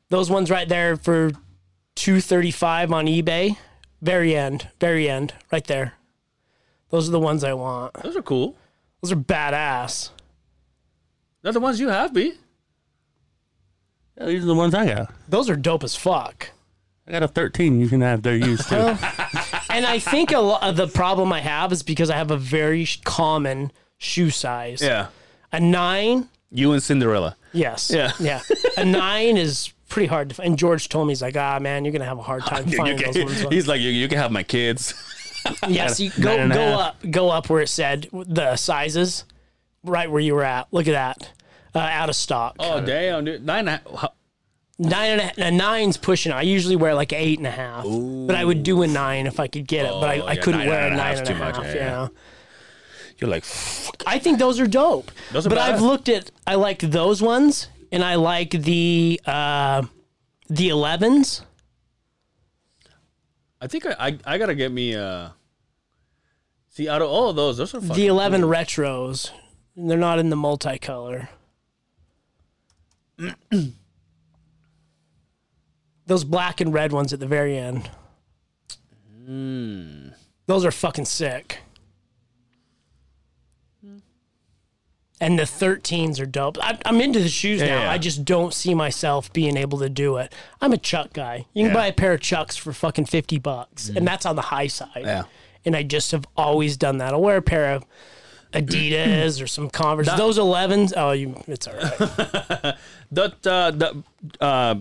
S4: Those ones right there for two thirty five on eBay. Very end. Very end. Right there. Those are the ones I want.
S2: Those are cool.
S4: Those are badass.
S2: They're the ones you have, B.
S5: Yeah, these are the ones I got.
S4: Those are dope as fuck.
S5: I got a 13. You can have their used too.
S4: and I think a lot of the problem I have is because I have a very sh- common shoe size.
S2: Yeah.
S4: A nine
S2: You and Cinderella.
S4: Yes.
S2: Yeah.
S4: Yeah. A nine is pretty hard to find. And George told me, he's like, ah, man, you're going to have a hard time
S2: You
S4: finding
S2: can-
S4: those ones.
S2: he's like, you, you can have my kids.
S4: yes. You
S5: nine
S4: go,
S5: and a
S4: go
S5: half.
S4: up, go up where it said the sizes, right where you were at. Look at that. Uh, out of stock.
S2: Oh damn, dude. Nine. and a half-
S4: Nine and a, a nine's pushing. it. I usually wear like eight and a half, but I would do a nine if I could get it, but I,
S2: Oh,
S4: I
S2: yeah,
S4: couldn't
S2: nine
S4: wear
S2: and
S4: a
S2: a
S4: nine
S2: half's
S4: and a
S2: too
S4: half.
S2: much, yeah,
S4: you
S2: yeah.
S4: know?
S2: You're like,
S4: I think those are dope.
S2: Those are
S4: but
S2: badass.
S4: I've looked at I like those ones and I like the uh the 11s.
S2: I think I, I I gotta get me uh See, out of all of those, those are fucking
S4: The 11 retros. They're not in the multicolor. Those black and red ones at the very end. Those are fucking sick. And the 13s are dope. I, I'm into the shoes
S2: Yeah,
S4: now.
S2: yeah.
S4: I just don't see myself being able to do it. I'm a Chuck guy.
S2: Yeah.
S4: You can
S2: Mm-hmm.
S4: buy a pair of Chucks for fucking 50 bucks, and that's on the high side
S2: Yeah.
S4: and I just have always done that. I'll wear a pair of Adidas or some Converse. Those 11s, oh, you, it's all right.
S2: That uh, the uh,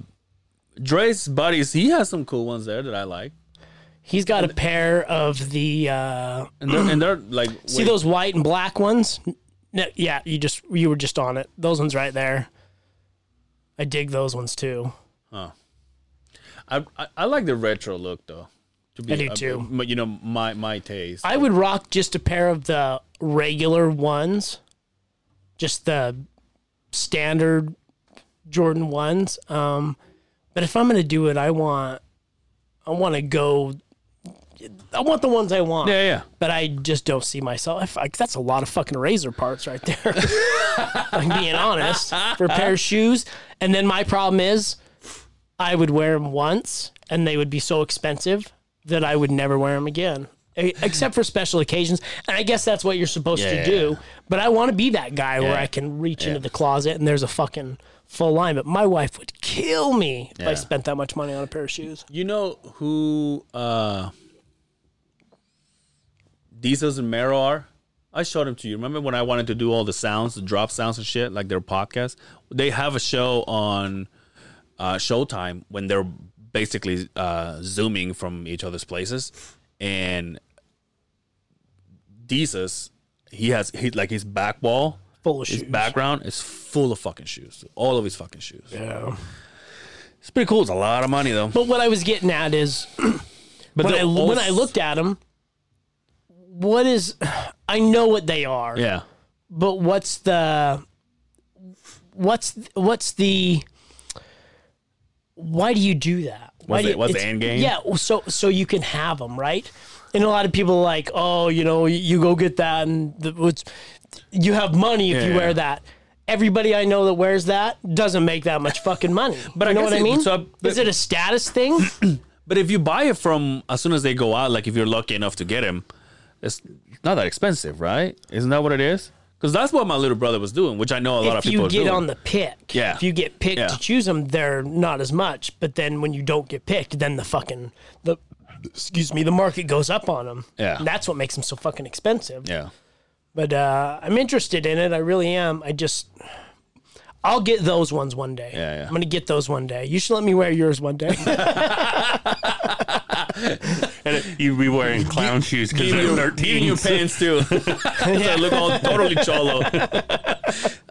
S2: Dre's buddies, he has some cool ones there that I like,
S4: He's got a pair of the, uh,
S2: and they're, and they're like
S4: see those white and black ones? No, yeah, you just, you were just on it. Those ones right there. I dig those ones too.
S2: I, I I like the retro look though. To be,
S4: I do,
S2: uh,
S4: too.
S2: but, you know my my taste.
S4: I would rock just a pair of the regular ones, just the standard Jordan ones. Um, but if I'm gonna do it, I want, I want to go. I want the ones I want,
S2: yeah, yeah.
S4: but I just don't see myself. I f- like, that's a lot of fucking razor parts right there. I'm being honest for a pair of shoes, and then my problem is, I would wear them once, and they would be so expensive that I would never wear them again, e- except for special occasions. And I guess that's what you're supposed
S2: Yeah,
S4: to
S2: yeah,
S4: do. But I want to be that guy where
S2: Yeah.
S4: I can reach into the closet and there's a fucking full line. But my wife would kill me if I
S2: Yeah.
S4: spent that much money on a pair of shoes.
S2: You know who uh, Diesels and Mero are? I showed them to you. Remember when I wanted to do all the sounds, the drop sounds and shit, like their podcast? They have a show on uh, Showtime when they're basically uh, zooming from each other's places, and Jesus, he has he like his back wall,
S4: Full of
S2: his
S4: shoes.
S2: background is full of fucking shoes, all of his fucking shoes. Yeah, it's pretty cool. It's a lot of money though.
S4: But what I was getting at is
S2: But
S4: when
S2: they're
S4: I,
S2: all-
S4: when I looked at them, what is I know what they are,
S2: yeah,
S4: but what's the what's what's the why do you do that?
S2: What's
S4: Why do
S2: the-
S4: you-
S2: what's the
S4: it's-
S2: end game?
S4: Yeah, so so you can have them, right? And a lot of people are like, oh, you know, you, you go get that, and the, it's, you have money if you
S2: Yeah.
S4: wear that. Everybody I know that wears that doesn't make that much fucking money. But
S2: I
S4: you know
S2: guess
S4: what I
S2: it-
S4: mean?
S2: so I- but-
S4: is it a status thing?
S2: but if you buy it from as soon as they go out, like if you're lucky enough to get him, it's not that expensive, right? Isn't that what it is? Because that's what my little brother was doing, which I know a lot of
S4: if
S2: people
S4: you
S2: are
S4: get
S2: doing.
S4: on the pick,
S2: Yeah.
S4: if you get picked
S2: Yeah.
S4: to choose them, they're not as much. But then when you don't get picked, then the fucking the excuse me, the market goes up on them.
S2: Yeah.
S4: and that's what makes them so fucking expensive.
S2: yeah.
S4: But uh, I'm interested in it. I really am. I just I'll get those ones one day.
S2: Yeah, yeah.
S4: I'm gonna get those one day. You should let me wear yours one day.
S5: And it- you'd be wearing clown shoes because they're
S2: Even your
S5: 13.
S2: pants too. so I look all totally cholo.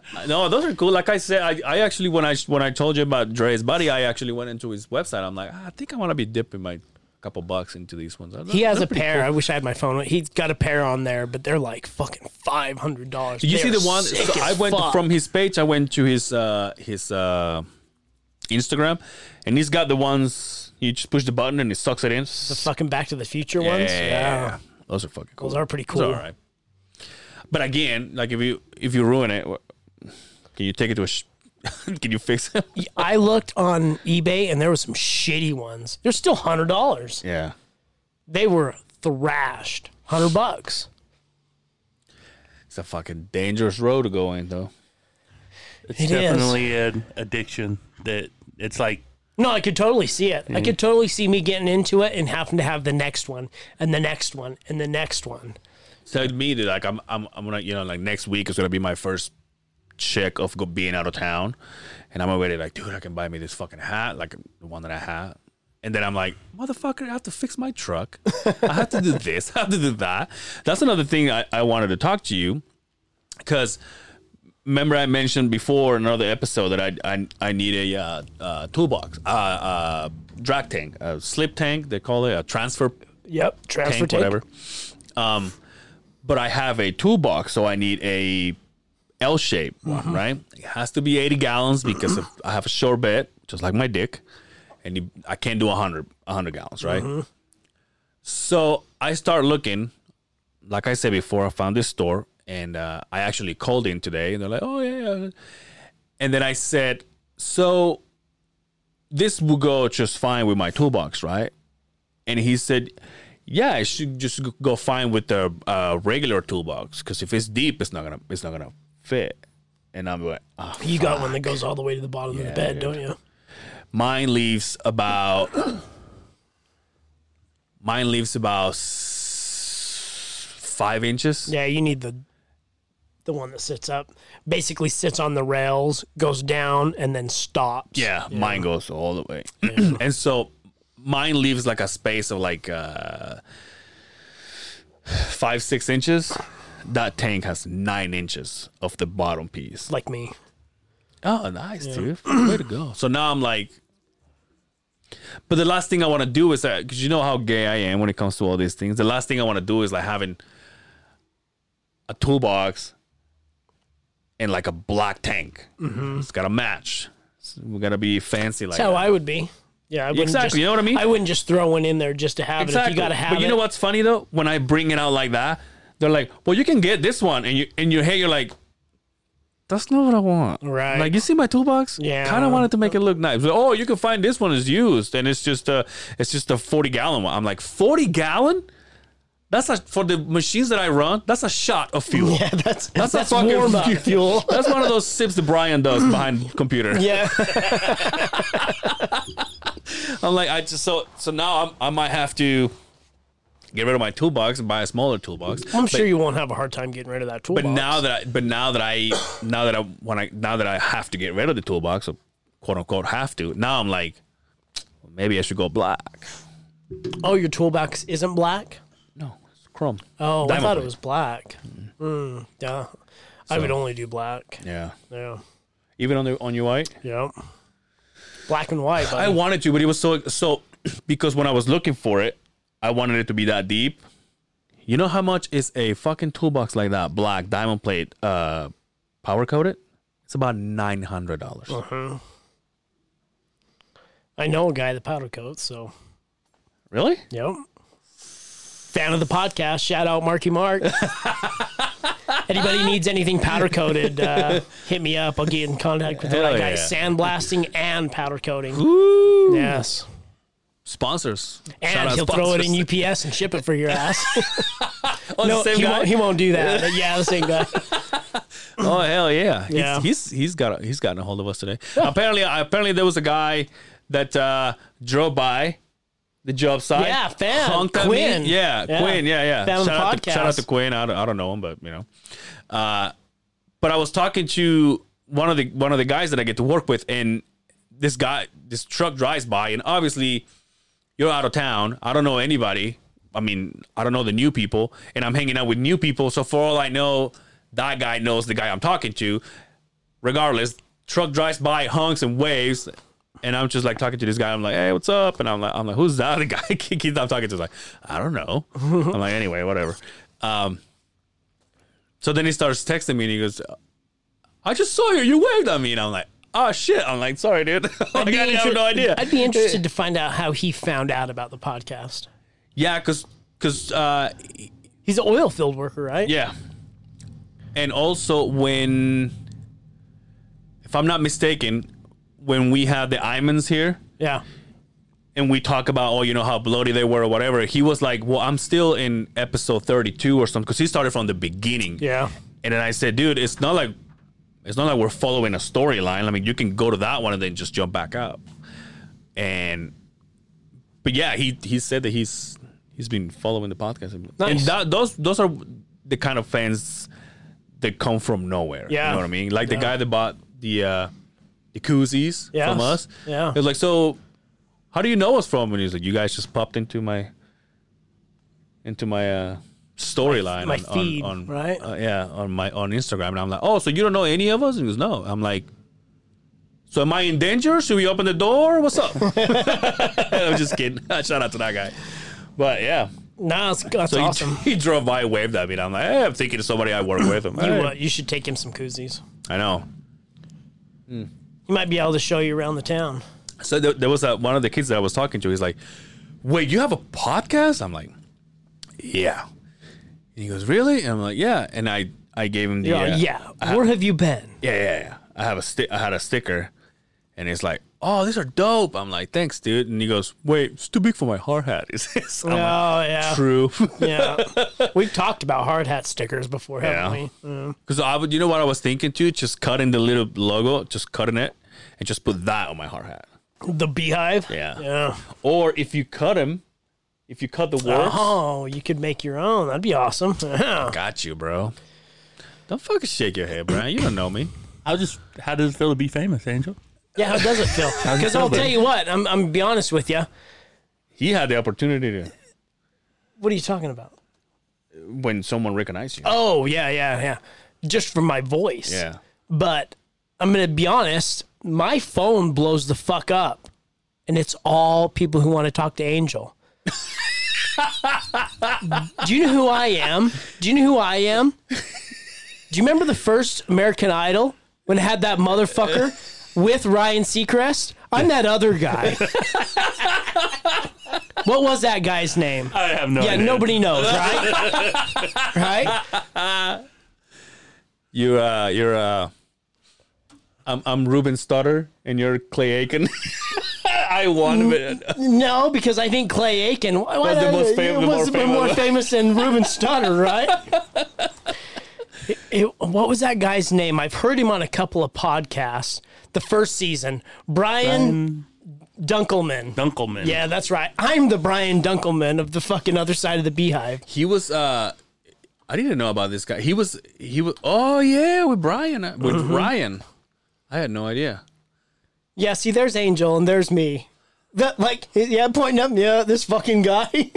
S2: no, those are cool. Like I said, I, I actually when I when I told you about Dre's buddy, I actually went into his website. I'm like, "Ah, I think I want to be dipping my couple bucks into these ones. I
S4: he has a pair. I wish I had my phone. He's got a pair on there, but they're like fucking five hundred dollars.
S2: Did you see the one? so I went from his page. I went to his uh, his uh, Instagram, and he's got the ones you just push the button and it sucks it in.
S4: the fucking Back to the Future ones. Yeah.
S2: those are fucking cool.
S4: Those are pretty
S2: Those
S4: cool.
S2: all right. But again, like if you if you ruin it, wh- can you take it to a? Sh- can you fix it?
S4: I looked on eBay and there was some shitty ones. They're still hundred dollars.
S2: yeah.
S4: They were thrashed. Hundred bucks.
S2: It's a fucking dangerous road to go in, though.
S5: It's
S4: It is.
S5: definitely an addiction that it's like,
S4: No, I could totally see it.
S2: Mm.
S4: I could totally see me getting into it and having to have the next one and the next one and the next one.
S2: So to me, that like I'm, I'm, I'm gonna, you know, like next week is gonna be my first check of go being out of town, and I'm already like, dude, I can buy me this fucking hat, like the one that I had, and then I'm like, motherfucker, I have to fix my truck, I have to do this, I have to do that. That's another thing I, I wanted to talk to you, because remember I mentioned before in another episode that I I, I need a uh, uh, toolbox, uh, uh, drag tank, a slip tank, they call it a transfer
S4: Yep. Transfer
S2: tank,
S4: tape.
S2: whatever. Um, but I have a toolbox, so I need a L shape one, right? It has to be 80 gallons because if I have a short bed, just like my dick, and you, I can't do 100, 100 gallons, right? So I start looking. Like I said before, I found this store, and uh, I actually called in today, and they're like, "Oh yeah,", yeah." and then I said, "So this will go just fine with my toolbox, right?" and he said, "Yeah, it should just g- go fine with the uh, regular toolbox because if it's deep, it's not gonna it's not gonna fit." And I'm like, "Ah,
S4: You got one that goes all the way to the bottom of the bed, don't you?
S2: "Mine leaves about mine leaves about s- five inches."
S4: Yeah, you need the the one that sits up. Basically sits on the rails, goes down, and then stops.
S2: Yeah, mine goes all the way. and so mine leaves like a space of like uh, five, six inches. That tank has nine inches of the bottom piece.
S4: Like me.
S2: Oh, nice, dude. Way to go. So now I'm like, but the last thing I want to do is that, because you know how gay I am when it comes to all these things. The last thing I want to do is like having a toolbox and like a black tank. It's got to match. So we got to be fancy like
S4: That's how
S2: that.
S4: I would be. Yeah, I wouldn't
S2: Exactly,
S4: Just,
S2: you know what I mean?
S4: I wouldn't just throw one in there just to have it. If you gotta have
S2: but you
S4: it,
S2: know what's funny though? When I bring it out like that, they're like, "Well, you can get this one," and you in your head you're like, "That's not what I want."
S4: Right.
S2: Like you see my toolbox?
S4: Yeah.
S2: Kind of wanted to make it look nice. But, oh, you can find this one is used, and it's just a it's just a forty gallon one. I'm like, forty gallon? That's a for the machines that I run. That's a shot of fuel.
S4: Yeah, that's
S2: That's, a fucking
S4: warm up.
S2: fuel. That's one of those sips that Brian does behind the computer.
S4: Yeah,
S2: I'm like, I just so so now I'm, I might have to get rid of my toolbox and buy a smaller toolbox.
S4: I'm sure you won't have a hard time getting rid of that toolbox.
S2: But now that I, but now that I, now that I when I now that I have to get rid of the toolbox, so quote unquote have to. Now I'm like, maybe I should go black.
S4: Oh, your toolbox isn't black.
S2: No, it's chrome.
S4: Oh, I
S2: Diamond
S4: thought it
S2: plate.
S4: was black. Mm, yeah, I would only do black.
S2: Yeah.
S4: Yeah,
S2: Even on the on your white.
S4: yeah. Black and white.
S2: I
S4: Buddy.
S2: wanted to, but it was so so because when I was looking for it, I wanted it to be that deep. You know how much is a fucking toolbox like that, black diamond plate, uh, power coated? It's about nine hundred dollars.
S4: I, know a guy that powder coats. So,
S2: Really?
S4: yep. Fan of the podcast. Shout out Marky Mark. Anybody needs anything powder coated, uh, hit me up. I'll get in contact with the
S2: Hell
S4: right guy.
S2: yeah.
S4: Sandblasting and powder coating.
S2: Woo!
S4: Yes.
S2: Sponsors. Shout
S4: And
S2: out
S4: he'll throw it
S2: sponsors.
S4: in UPS and ship it for your ass.
S2: Oh,
S4: no,
S2: the same
S4: he
S2: guy?
S4: won't, he won't do that. Yeah, the same guy.
S2: Oh hell yeah! He's,
S4: Yeah.
S2: he's he's got he's gotten a hold of us today. apparently, uh, apparently there was a guy that uh, drove by the job site.
S4: Yeah, fan,
S2: honked at
S4: Quinn.
S2: Me. Yeah,
S4: Yeah.
S2: Quinn. Yeah, yeah.
S4: Fan of the
S2: shout, out to,
S4: podcast.
S2: shout out to Quinn. I don't, I don't know him, but you know. Uh, but I was talking to one of the one of the guys that I get to work with, and this guy, this truck drives by, and obviously you're out of town. I don't know anybody. I mean, I don't know the new people, and I'm hanging out with new people. So for all I know, that guy knows the guy I'm talking to. Regardless, truck drives by, honks and waves, and I'm just like talking to this guy. I'm like, "Hey, what's up?" And I'm like, "I'm like, who's that?" The guy keeps I'm talking to is like, "I don't know." I'm like, "Anyway, whatever." Um, so then he starts texting me and he goes, "I just saw you. You waved at me," and I'm like. Oh shit! I'm like, sorry, dude. like, I have
S4: inter-
S2: no idea.
S4: I'd be interested to find out how he found out about the podcast.
S2: Yeah, cause, cause, uh,
S4: He's an oil field worker, right?
S2: yeah, and also when, if I'm not mistaken, when we had the Imans here
S4: Yeah.
S2: and we talk about oh you know how bloody they were or whatever, he was like, well I'm still in episode 32 or something, cause he started from the beginning.
S4: Yeah.
S2: And then I said, dude, it's not like it's not like we're following a storyline. I mean, you can go to that one and then just jump back up. And but yeah, he he said that he's he's been following the podcast. And
S4: Nice.
S2: that those those are the kind of fans that come from nowhere.
S4: Yeah.
S2: You know what I mean? Like
S4: Yeah.
S2: the guy that bought the uh the koozies
S4: Yes.
S2: from us.
S4: Yeah.
S2: He was like, so how do you know us from? And he's like, you guys just popped into my into my uh storyline
S4: My
S2: on, on-
S4: feed,
S2: on-
S4: right?
S2: uh, yeah on my on instagram and i'm like oh so you don't know any of us and he goes no i'm like so am i in danger should we open the door what's up i'm just kidding shout out to that guy but yeah
S4: Nah, that's, that's
S2: so he-
S4: awesome.
S2: he, drove by waved at me and i'm like hey, i'm thinking of somebody i work with I'm like,
S4: You,
S2: "Hey."
S4: uh, you should take him some koozies.
S2: i know
S4: He might be able to show you around the town.
S2: so there, there was a, one of the kids that i was talking to he's like wait you have a podcast i'm like yeah and he goes really and i'm like yeah and i i gave him the
S4: Yeah.
S2: uh,
S4: Yeah. Where have you been?
S2: yeah, yeah, yeah. I have a stick. I had a sticker, and it's like, oh, these are dope. I'm like, thanks, dude. And he goes, wait, it's too big for my hard hat. Is this? I'm
S4: Oh,
S2: like,
S4: yeah.
S2: true.
S4: Yeah. We've talked about hard hat stickers before, haven't
S2: Yeah.
S4: we? Yeah.
S2: Because I would, you know what I was thinking too? Just cutting the little logo, just cutting it, and just put that on my hard hat.
S4: The beehive?
S2: Yeah.
S4: Yeah.
S2: Or if you cut him, if you cut the words,
S4: Oh, you could make your own. That'd be awesome. Yeah.
S2: got you, bro. Don't fucking shake your head, Brian. You don't know me.
S5: How does how does it feel to be famous, Angel?
S4: Yeah, how does it feel?
S5: it
S4: Because
S5: feel,
S4: I'll
S5: buddy?
S4: tell you what, I'm, I'm gonna be honest with you.
S2: He had the opportunity to
S4: What are you talking about?
S2: when someone recognized you.
S4: Oh yeah, yeah, yeah. Just from my voice.
S2: Yeah.
S4: But I'm gonna be honest. My phone blows the fuck up, and it's all people who want to talk to Angel. Do you know who I am? Do you know who I am? Do you remember the first American Idol when it had that motherfucker with Ryan Seacrest? I'm that other guy. what was that guy's name?
S5: I have no
S4: Yeah,
S5: idea.
S4: nobody knows, right? right?
S2: You, uh, you're, uh, I'm, I'm Ruben Stutter, and you're Clay Aiken. I won. but-
S4: No, because I think Clay Aiken why, why
S2: the
S4: not-
S2: most fam- the
S4: was
S2: more
S4: more
S2: famous.
S4: famous than Ruben Stunner, right? It- it- what was that guy's name? I've heard him on a couple of podcasts. The first season, Brian, Dunkelman.
S5: Dunkelman.
S4: yeah, that's right. I'm the Brian Dunkelman of the fucking other side of the beehive.
S2: He was, uh, I didn't know about this guy. He was,
S4: Mm-hmm.
S2: he was, oh yeah, with Brian, uh, with Ryan. I had no idea.
S4: Yeah, see, there's Angel and there's me. That like, yeah, pointing up. Yeah, this fucking guy.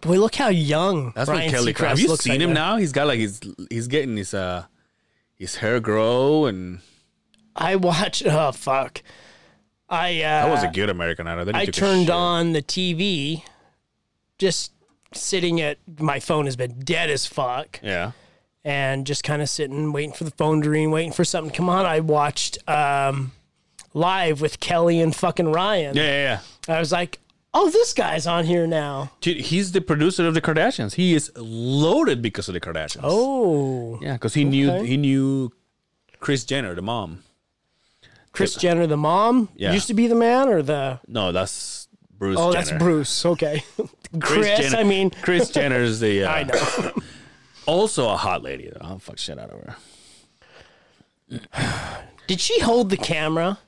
S4: Boy, look how young.
S2: That's
S4: Brian
S2: what Kelly.
S4: Seacrest
S2: Have you
S4: looks
S2: seen
S4: right
S2: him now? He's got like his he's getting his uh his hair grow and
S4: I watch. Oh fuck. I uh,
S2: that was a good American Idol. Then he
S4: I
S2: took a
S4: turned
S2: shit.
S4: on the TV, just sitting at my phone has been dead as fuck,
S2: Yeah.
S4: and just kind of sitting, waiting for the phone to ring, waiting for something to come on. I watched um, live with Kelly and fucking Ryan.
S2: Yeah, yeah, yeah.
S4: I was like, oh, this guy's on here now.
S2: Dude, he's the producer of the Kardashians. He is loaded because of the Kardashians.
S4: Oh,
S2: yeah, because he knew
S4: okay.
S2: he knew Chris Jenner, the mom.
S4: Chris Jenner, the mom,
S2: Yeah.
S4: used to be the man or the.
S2: No, that's Bruce.
S4: Oh,
S2: Jenner.
S4: that's Bruce. Okay, Chris.
S2: Jenner-
S4: I mean,
S2: Chris Jenner is the. Uh,
S4: I know.
S2: Also a hot lady. I'll fuck shit out of her.
S4: Did she hold the camera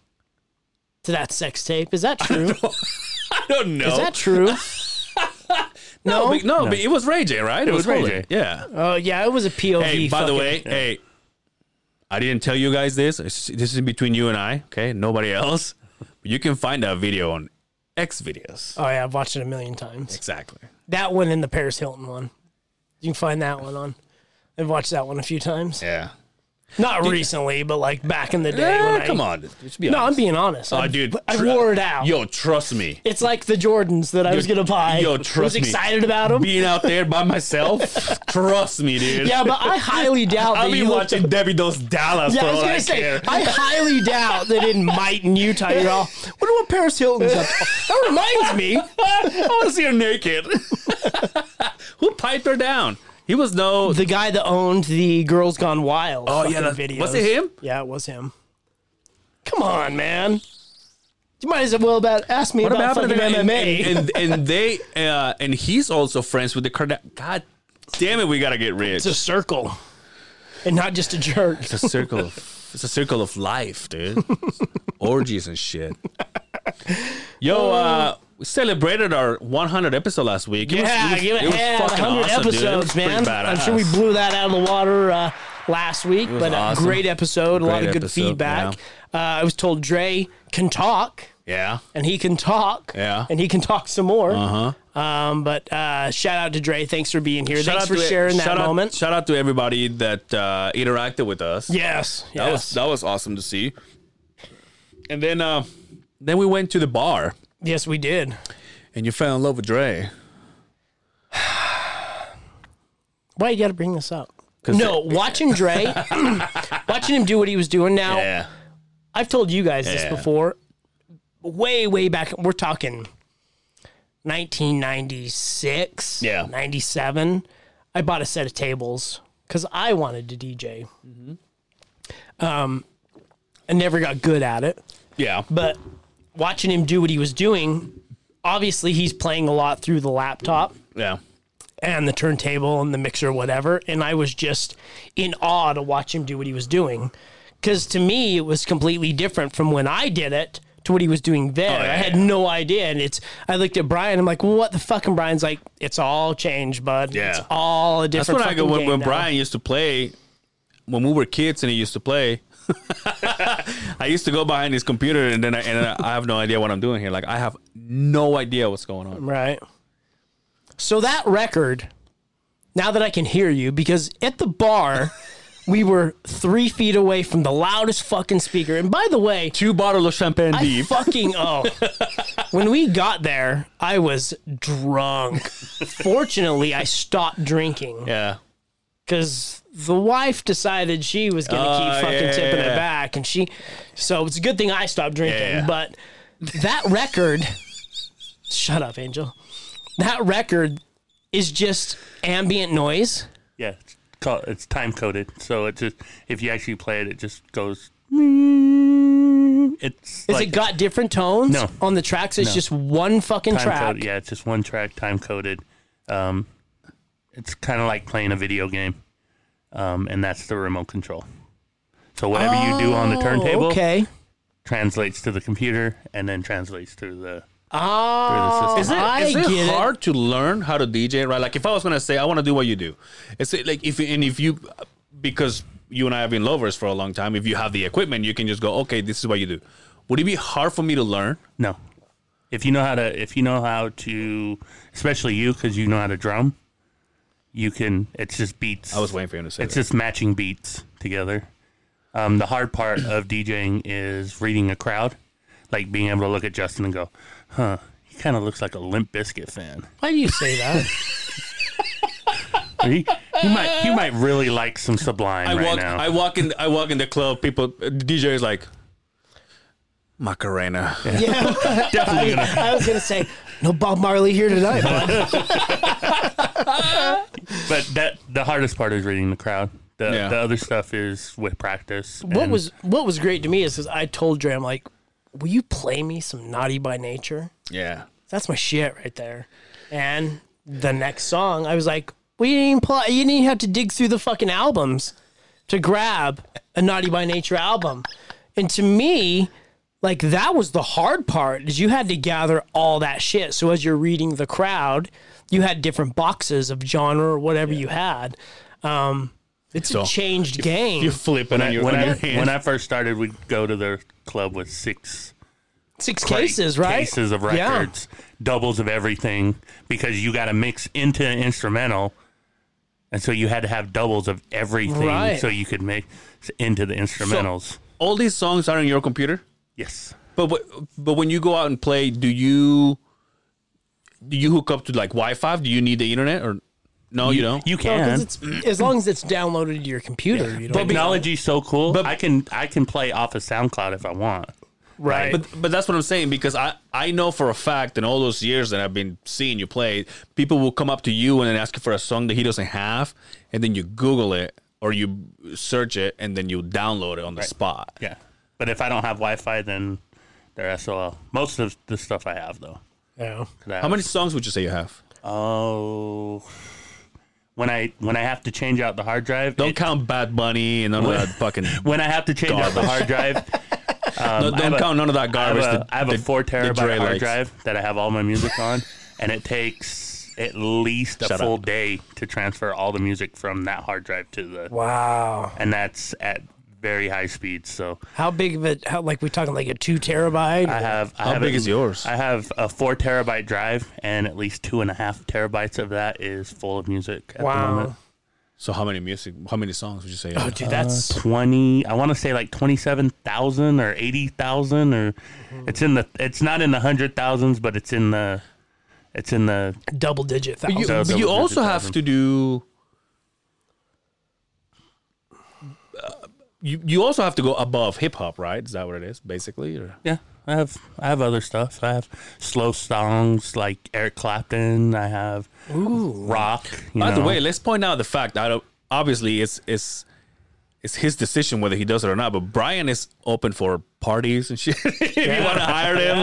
S4: to that sex tape? Is that true?
S2: I don't know.
S4: Is that true?
S2: no, but, no, but it was Ray J, right? It,
S5: was Ray
S2: Holden.
S5: J.
S2: Yeah.
S4: Oh yeah, it was a POV.
S2: Hey, by the
S4: fucking-
S2: way, hey, I didn't tell you guys this. It's- This is between you and I, okay? Nobody else. You can find that video on X videos.
S4: Oh yeah, I've watched it a million times.
S2: Exactly.
S4: That one and the Paris Hilton one. You can find that one on. I've watched that one a few times.
S2: Yeah.
S4: Not recently, but like back in the day.
S2: Yeah,
S4: when I,
S2: Ah, come on. Let's be
S4: No, I'm
S2: honest.
S4: being honest.
S2: Oh,
S4: I,
S2: dude.
S4: I
S2: tr-
S4: wore it out.
S2: Yo, trust me.
S4: It's like the Jordans that I was gonna buy.
S2: yo,
S4: I
S2: trust
S4: was
S2: me.
S4: excited about them.
S2: Being out there by myself, trust me, dude.
S4: yeah, but I highly doubt that
S2: I'll be
S4: you looked
S2: watching Debbie Does Dallas
S4: Yeah,
S2: for uh,
S4: I was
S2: all
S4: gonna
S2: I
S4: say,
S2: care.
S4: I highly doubt that in Mighton, Utah, you're all. Wonder what Paris Hilton's up. to." That reminds me.
S2: I want to see her naked. Who piped her down? He was no.
S4: The guy that owned the Girls Gone Wild.
S2: Oh, yeah,
S4: fucking
S2: that-
S4: videos.
S2: was it him?
S4: Yeah, it was him. Come on, man. You might as well about ask me
S2: What
S4: about
S2: happened
S4: fucking
S2: to them? And,
S4: MMA.
S2: and, and, and they uh, and he's also friends with the Kardashian. God damn it, we gotta get rich.
S4: it's a circle, and not just a jerk.
S2: It's a circle. Of, it's a circle of life, dude. Orgies and shit. Yo, uh, we celebrated our 100 episode last week. It was-
S4: Yeah,
S2: it was,
S4: give it,
S2: it was
S4: yeah,
S2: fucking
S4: 100
S2: awesome, dude. It was
S4: episodes,
S2: pretty
S4: man. I'm sure we
S2: badass.
S4: blew that out of the water uh, last week,
S2: was
S4: but
S2: awesome.
S4: a great episode, a lot
S2: Great
S4: of good
S2: episode,
S4: feedback. Uh, I was told Dre can talk,
S2: Yeah,
S4: and he can talk,
S2: Yeah.
S4: and he can talk some more. Uh-huh. Um, but uh, shout out to Dre. Thanks for being here. Thanks for
S2: to-
S4: sharing that
S2: shout out-
S4: moment.
S2: shout out to everybody that uh, interacted with us.
S4: yes, yes.
S2: that was that was awesome to see. And then, uh, then we went to the bar,
S4: yes, we did.
S2: and you fell in love with Dre.
S4: Why you got to bring this up? No, watching Dre, watching him do what he was doing now.
S2: Yeah,
S4: I've told you guys this
S2: Yeah.
S4: before, way way back. We're talking 1996,
S2: Yeah.
S4: 97. I bought a set of tables because I wanted to DJ. Um,
S2: Mm-hmm.
S4: I never got good at it,
S2: yeah,
S4: but watching him do what he was doing, obviously he's playing a lot through the laptop
S2: yeah.
S4: and the turntable and the mixer, whatever. And I was just in awe to watch him do what he was doing. Because to me, it was completely different from when I did it to what he was doing there.
S2: Oh, yeah,
S4: I had
S2: yeah.
S4: no idea. And it's, I looked at Brian, I'm like, well, what the fuck? And Brian's like, it's all changed, bud.
S2: Yeah.
S4: It's all a
S2: That's
S4: different
S2: what I
S4: fucking
S2: go when,
S4: game
S2: when
S4: now."
S2: Brian used to play when we were kids and he used to play. I used to go behind his computer and then I, and then I have no idea what I'm doing here. Like I have no idea what's going on.
S4: Right. So that record, now that I can hear you, because at the bar, we were three feet away from the loudest fucking speaker. And by the way,
S2: Two bottles of champagne
S4: I
S2: deep.
S4: fucking oh. when we got there, I was drunk. Fortunately, I stopped drinking
S2: yeah.
S4: because the wife decided she was gonna
S2: Oh,
S4: keep fucking
S2: yeah,
S4: tipping
S2: yeah.
S4: it back, and she. So it's a good thing I stopped drinking.
S2: Yeah.
S4: But that record, shut up, Angel. That record is just ambient noise.
S5: Yeah, it's, called, it's time coded, so it just if you actually play it, it just goes. It's
S4: Is
S5: like
S4: it got different tones
S5: No.
S4: on the tracks? It's just one fucking
S5: time
S4: track.
S5: coded. Yeah, it's just one track time coded. Um, it's kind of like playing a video game, um, and that's the remote control. So whatever you do on the turntable
S4: Oh, Okay.
S5: translates to the computer, and then translates through the.
S4: Oh,
S5: Is
S4: I
S2: Is it
S4: get it.
S2: hard to learn how to DJ? Right. Like if I was gonna say I want to do what you do, it's like if and if you because you and I have been lovers for a long time. If you have the equipment, you can just go, okay, this is what you do. Would it be hard for me to learn?
S5: No. If you know how to, if you know how to, especially you, because you know how to drum, you can. It's just beats.
S2: I was waiting for him to say
S5: It's
S2: that.
S5: just matching beats together. Um, the hard part of DJing is reading a crowd, like being able to look at Justin and go, "Huh, he kind of looks like a Limp Biscuit fan.
S4: Why do you say that?
S5: He, he might, he might really like some Sublime
S2: I
S5: right
S2: walk,
S5: now."
S2: I walk in, I walk in the club. People, DJ is like Macarena.
S4: yeah,
S5: Definitely
S4: I,
S5: gonna-
S4: I was gonna say no Bob Marley here tonight. Bud.
S5: but that the hardest part is reading the crowd. The,
S2: Yeah.
S5: the other stuff is with practice.
S4: what
S5: and-
S4: was what was great to me is, is I told Dre, I'm like, will you play me some Naughty by Nature?
S2: Yeah.
S4: That's my shit right there. And the next song, I was like, we didn't even play. You didn't even have to dig through the fucking albums to grab a Naughty by Nature album. And to me, like that was the hard part is you had to gather all that shit. So as you're reading the crowd, you had different boxes of genre or whatever you had. Um, it's a
S2: So,
S4: changed game.
S2: You flipping
S5: when
S2: on
S5: I,
S2: your,
S5: when,
S2: on
S5: I,
S2: your hand.
S5: when I first started, we'd go to the club with six
S4: Six
S5: plate
S4: cases, right?
S5: Cases of
S4: Yeah.
S5: records, doubles of everything, because you got to mix into an instrumental, and so you had to have doubles of everything,
S4: Right.
S5: so you could make into the instrumentals.
S2: All these songs are on your computer.
S5: yes,
S2: But wh- but when you go out and play, do you do you hook up to like Wi-Fi? Do you need the internet or no? You, don't.
S5: you
S4: No, 'cause
S5: can.
S4: it's, as long as it's downloaded to your computer, you don't.
S5: Technology's so cool.
S2: But-
S5: I can I can play off of SoundCloud if I want.
S4: right.
S2: but but that's what I'm saying because I I know for a fact in all those years that I've been seeing you play, people will come up to you and then ask you for a song that he doesn't have, and then you Google it or you search it and then you download it on the spot.
S5: Yeah, but if I don't have Wi-Fi, then they're SOL. Most of the stuff I have though.
S4: yeah.
S5: 'cause I
S2: How
S5: have-
S2: many songs would you say you have?
S5: Oh, when I when I have to change out the hard drive,
S2: Don't
S5: it-
S2: count Bad Bunny and none of that fucking.
S5: when I have to change out the hard drive, um,
S2: No,
S5: I have
S2: don't
S5: a-
S2: count none of that
S5: I have
S2: garbage.
S5: a,
S2: that-
S5: I have a
S2: that-
S5: four
S2: that Dre
S5: terabyte hard
S2: likes.
S5: drive that I have all my music on, and it takes at least a
S2: Shut
S5: full
S2: up.
S5: day to transfer all the music from that hard drive to the,
S4: Wow.
S5: and that's at very high speeds. So
S4: How big of a how like we talking like a two terabyte?
S5: I have. I
S2: How
S5: have
S2: big
S5: at-
S2: is yours?
S5: I have a four terabyte drive, and at least two and a half terabytes of that is full of music. At The moment.
S4: wow.
S2: So how many music? How many songs would you say? you
S4: Oh,
S2: have?
S4: dude, that's
S5: 20 i want to say like 27,000 or 80,000 or
S4: Mm-hmm.
S5: it's in the it's not in the hundred thousands but it's in the it's in the
S4: double digit thousand.
S2: you,
S5: So
S2: but you
S5: double
S2: also
S5: digit
S2: have
S5: thousand.
S2: to do you, you also have to go above hip hop, right? Is that what it is, basically? Or
S5: yeah i have i have other stuff i have slow songs like eric clapton i have rock you
S2: by the
S5: know.
S2: way, let's point out the fact that obviously it's it's it's his decision whether he does it or not. But Brian is open for parties and shit. if you want to hire him,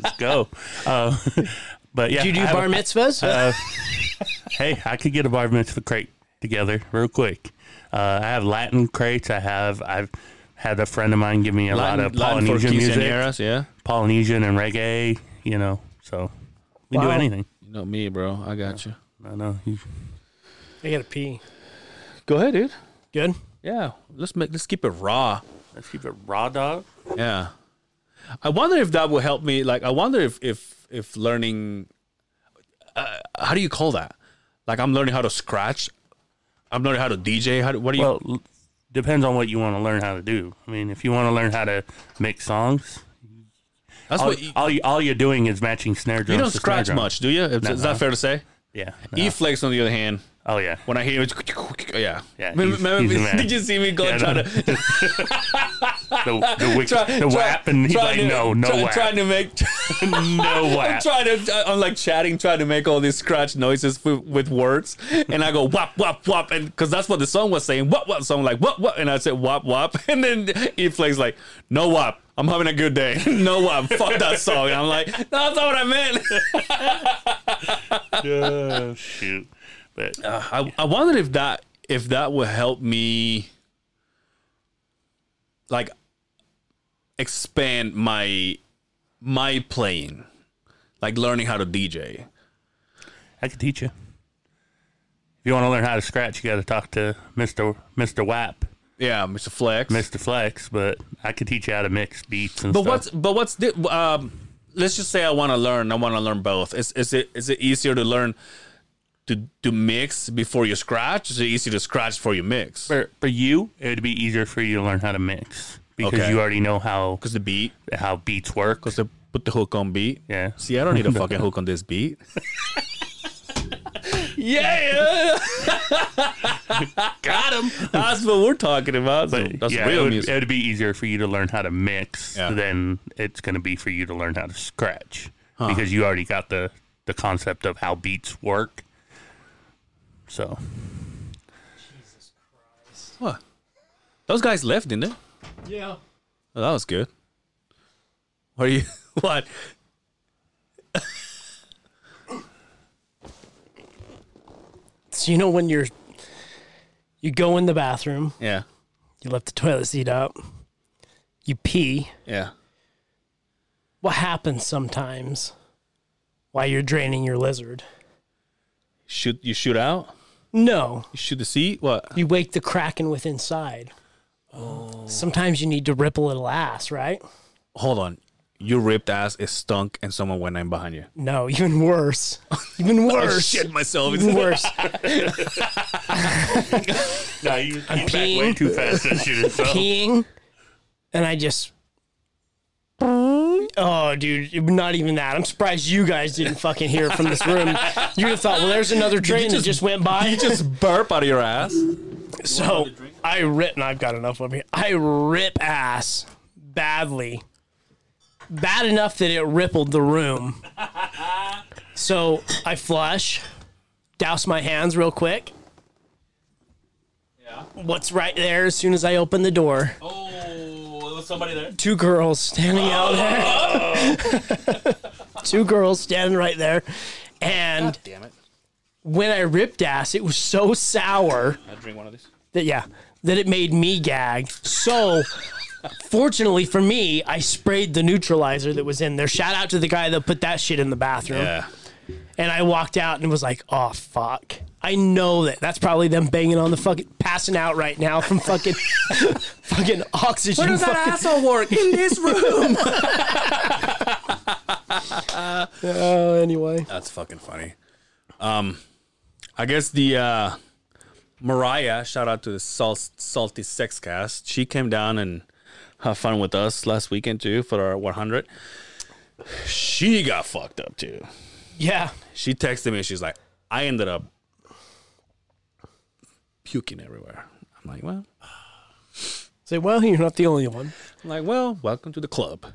S5: let's go uh, but yeah
S4: do you
S5: I
S4: do
S5: have a-
S4: bar mitzvahs?
S5: hey, I could get a bar mitzvah crate together real quick. Uh, I have Latin crates. I have I've had a friend of mine give me a lot of
S2: Latin for
S5: Polynesian music,
S2: quinceañeras, yeah.
S5: Polynesian and reggae. You know, so we do
S4: Wow.
S5: anything.
S2: You know me, bro. I got you.
S5: I know. you-
S4: I gotta pee.
S2: Go ahead, dude.
S4: Good.
S2: Yeah, let's make let's keep it raw.
S5: Let's keep it raw, dog.
S2: Yeah. I wonder if that will help me. Like, I wonder if if if learning, uh, how do you call that? Like, I'm learning how to scratch. I'm learning how to DJ. How do, what do you?
S5: Well, l- depends on what you want to learn how to do. I mean, if you want to learn how to make songs,
S2: that's
S5: all,
S2: what you,
S5: all, you, all you're doing is matching snare drums.
S2: you don't
S5: to snare
S2: scratch
S5: drums.
S2: much, do you? Is, is that fair to say?
S5: Yeah.
S2: E
S5: no.
S2: flex, on the other hand,
S5: oh yeah.
S2: when I hear it, yeah,
S5: Yeah,
S2: Remember-
S5: he's-
S2: remember-
S5: he's a man.
S2: did you see me go
S5: Yeah,
S2: try
S5: no.
S2: to
S5: The, the, wick,
S2: try,
S5: the
S2: try-
S5: whap, and he's
S2: trying to-
S5: like, no, no
S2: try-
S5: whap,
S2: trying to make.
S5: no
S2: I'm
S5: whap.
S2: trying to. I'm like chatting, trying to make all these scratch noises with, with words, and I go wop wop wop, and because that's what the song was saying, wop wop. So I'm like wop wop, and I said wop wop, and then E Flake's like, no wop. I'm having a good day. No wop. Fuck that song. And I'm like, no, that's not what I meant.
S5: oh shoot! But
S2: I, I wondered if that if that would help me, like, expand my my playing, like learning how to DJ.
S5: I could teach you. If you want to learn how to scratch, you got to talk to Mister Mister Wap,
S2: Yeah, Mr. Flex.
S5: Mister Flex. But I could teach you how to mix beats and
S2: But
S5: stuff.
S2: what's but what's the um? Let's just say I want to learn. I want to learn both. Is is it is it easier to learn to to mix before you scratch? Is it easier to scratch before you mix?
S5: for for you? It would be easier for you to learn how to mix because
S2: Okay.
S5: you already know how
S2: Because the beat,
S5: how beats work.
S2: because they put the hook on beat.
S5: Yeah.
S2: See, I don't need a fucking hook on this beat. yeah, got him. That's what we're talking about. So that's
S5: yeah,
S2: real
S5: it would,
S2: music.
S5: it would be easier for you to learn how to mix
S2: Yeah.
S5: than it's going to be for you to learn how to scratch because you already got the the concept of how beats work. So
S2: What? Those guys left, didn't they?
S4: Yeah.
S2: Oh, that was good. What are you? What?
S4: So you know when you're you go in the bathroom,
S2: Yeah.
S4: you lift the toilet seat up, you pee.
S2: Yeah.
S4: What happens sometimes while you're draining your lizard?
S2: Shoot. You shoot out.
S4: No,
S2: You shoot the seat. What?
S4: you wake the kraken with inside. Oh. Sometimes you need to rip a little ass, right?
S2: Hold on. You ripped ass. It stunk, and someone went in behind you. Oh,
S4: No, even worse. Even worse.
S2: Shit myself.
S4: Even worse.
S5: no, you, you back way
S4: peeing.
S5: too fast. That shit is so.
S4: peeing, and I just. Oh, dude, not even that. I'm surprised you guys didn't fucking hear it from this room. You'd have thought, well, there's another train that just went by.
S2: You just burp out of your ass.
S4: so I rip, and I've got enough of here. I rip ass badly, bad enough that it rippled the room. So I flush, douse my hands real quick. What's right there as soon as I open the door?
S2: Oh, was somebody there.
S4: two girls standing out there. two girls standing right there. And
S2: Damn it!
S4: when I ripped ass, it was so sour
S2: I drink one of these.
S4: that yeah, that it made me gag. So fortunately for me, I sprayed the neutralizer that was in there. Shout out to the guy that put that shit in the bathroom.
S2: Yeah.
S4: And I walked out and was like, "Oh fuck." I know that that's probably them banging on the fucking passing out right now from fucking fucking oxygen. fucking-
S2: asshole work in this room?
S4: Oh, anyway.
S2: That's fucking funny. Um, I guess the uh, Mariah. Shout out to the salt, salty sex cast. She came down and had fun with us last weekend too for our 100. She got fucked up too.
S4: Yeah.
S2: She texted me. She's like, I ended up puking everywhere. I'm like, well,
S4: Say, well, you're not the only one.
S2: I'm like, well, welcome to the club.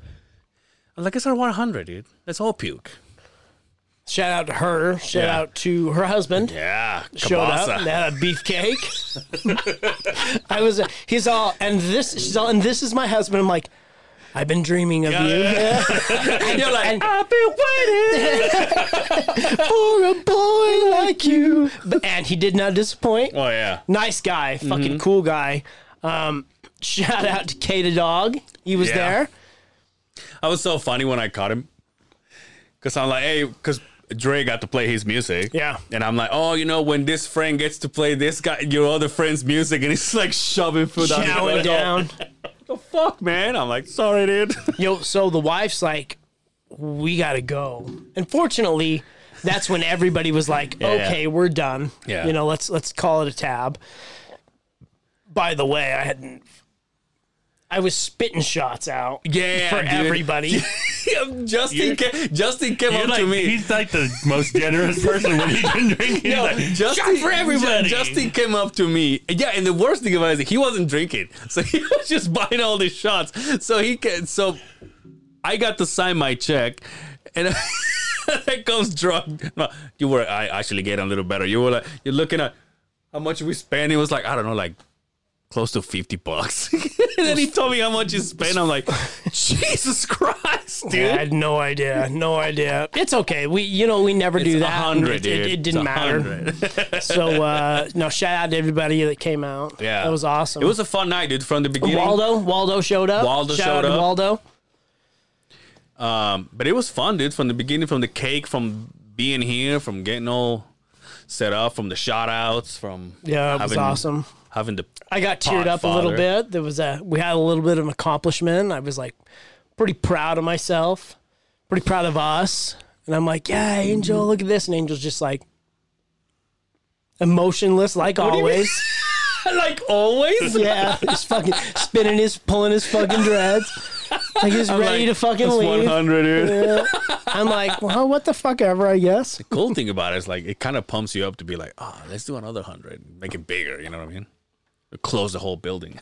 S2: I'm like, it's our 100, dude. Let's all puke.
S4: Shout out to her. Shout
S2: Yeah.
S4: out to her husband.
S2: Yeah,
S4: Showed up.
S2: kielbasa.
S4: and had a beefcake. I was. He's all. And this. She's all. And this is my husband. I'm like. I've been dreaming of you. and you're like, I've been waiting for a boy like you. But, and he did not disappoint.
S2: Oh yeah.
S4: Nice guy, fucking cool guy. Um, shout out to Kata Dog. He was
S2: Yeah.
S4: there.
S2: I was so funny when I caught him. Cause I'm like, hey, cause Dre got to play his music.
S4: Yeah.
S2: And I'm like, oh, you know, when this friend gets to play this guy, your other friend's music, and it's like shoving food down.
S4: Chowing down.
S2: The fuck, man. I'm like, sorry, dude.
S4: Yo, so the wife's like, we gotta go. And fortunately, that's when everybody was like,
S2: yeah.
S4: okay, we're done.
S2: Yeah.
S4: You know, let's let's call it a tab. By the way, I hadn't I was spitting shots out
S2: Yeah,
S4: for
S2: dude.
S4: everybody.
S2: Justin, ca- Justin came
S5: You're
S2: up
S5: like-
S2: to me.
S5: He's like the most generous person when he's been drinking.
S2: No,
S5: He's like,
S2: Justin,
S5: for everybody.
S2: Justin came up to me. Yeah, and the worst thing about it is he wasn't drinking, so he was just buying all these shots. So he can. So I got to sign my check, and that comes drunk. No, you were. I actually get a little better. You were like, you're looking at how much we spent. It was like I don't know, like close to fifty bucks. and then he told me how much he spent. I'm like, Jesus Christ, dude.
S4: I had no idea. No idea. It's okay. We you know, we never do
S2: It's
S4: that.
S2: hundred,
S4: It, it-
S2: dude.
S4: it didn't
S2: It's
S4: matter.
S2: 100.
S4: So uh no, shout out to everybody that came out.
S2: Yeah,
S4: That was awesome.
S2: It was a fun night, dude. From the beginning,
S4: Waldo. Waldo showed up.
S2: Waldo
S4: shout
S2: showed
S4: out to
S2: up.
S4: Waldo.
S2: Um, but it was fun, dude. From the beginning, from the cake, from being here, from getting all set up from the shout outs from
S4: Yeah, it was awesome.
S2: Having the
S4: I got teared up a little
S2: Podfather.
S4: bit. There was a we had a little bit of an accomplishment. I was like pretty proud of myself, pretty proud of us. And I'm like, yeah,
S2: Mm-hmm.
S4: Angel, look at this. And Angel's just like emotionless, like always.
S2: like always
S4: yeah, he's fucking spinning his, pulling his fucking dreads. Like he's ready to fucking
S2: one
S4: leave.
S2: hundred.
S4: Yeah. I'm like, well, what the fuck ever, I guess.
S2: Cool thing about it is like it kind of pumps you up to be like, ah, let's do another hundred, make it bigger. You know what I mean? Close the whole building.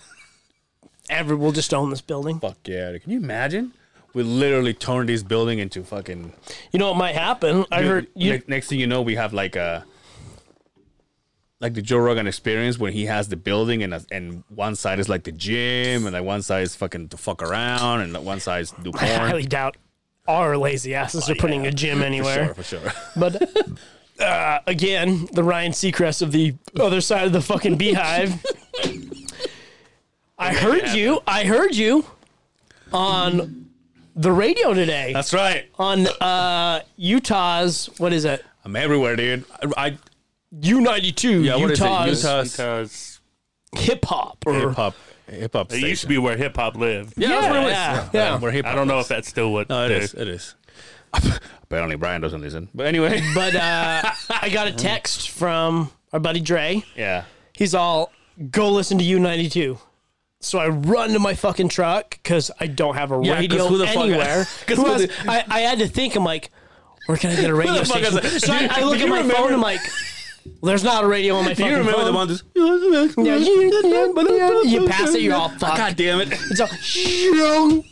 S4: Ever, we'll just own this building.
S2: Fuck yeah! Can you imagine? We literally turned this building into fucking.
S4: You know what might happen? I heard
S2: Ne-
S4: you.
S2: next thing you know, we have like a like the Joe Rogan experience when he has the building and and one side is like the gym and like one side is fucking to fuck around and one side is do
S4: I highly
S2: porn.
S4: doubt our lazy asses are putting a gym anywhere.
S2: sure, Oh, for sure.
S4: But uh, again, the Ryan Seacrest of the other side of the fucking beehive. I heard you. I heard you on the radio today
S2: That's right.
S4: on uh, Utah's what is it?
S2: I'm everywhere, dude. I, I
S4: U ninety two.
S2: yeah. What is
S4: Utah's
S2: it? Utah's
S5: Because
S4: hip hop or
S2: hip hop hip hop.
S5: it used to be where hip hop lived.
S2: Yeah, that's what it was.
S4: Yeah,
S2: Yeah,
S4: yeah.
S2: we're hip hop.
S5: I don't know if that's still what.
S2: No, it
S5: they're-
S2: is. It is. Apparently, Brian doesn't listen. But anyway,
S4: But uh, I got a text from our buddy Dre.
S2: yeah.
S4: He's all, go listen to U92. So I run to my fucking truck because I don't have a
S2: 'cause
S4: radio
S2: who the fuck-
S4: anywhere.
S2: 'cause
S4: Who
S2: who
S4: else-
S2: the-
S4: I, I had to think, I'm like, where can I get a radio
S2: the fuck
S4: station?
S2: is that?
S4: So I,
S2: Do-
S4: I look
S2: do
S4: at
S2: you
S4: my
S2: remember-
S4: phone, I'm like, there's not a radio on my
S2: Do
S4: fucking
S2: you remember
S4: phone.
S2: the one? That's,
S4: Yeah, you- you- you pass it, you're all fucked.
S2: God damn it!
S4: It's all,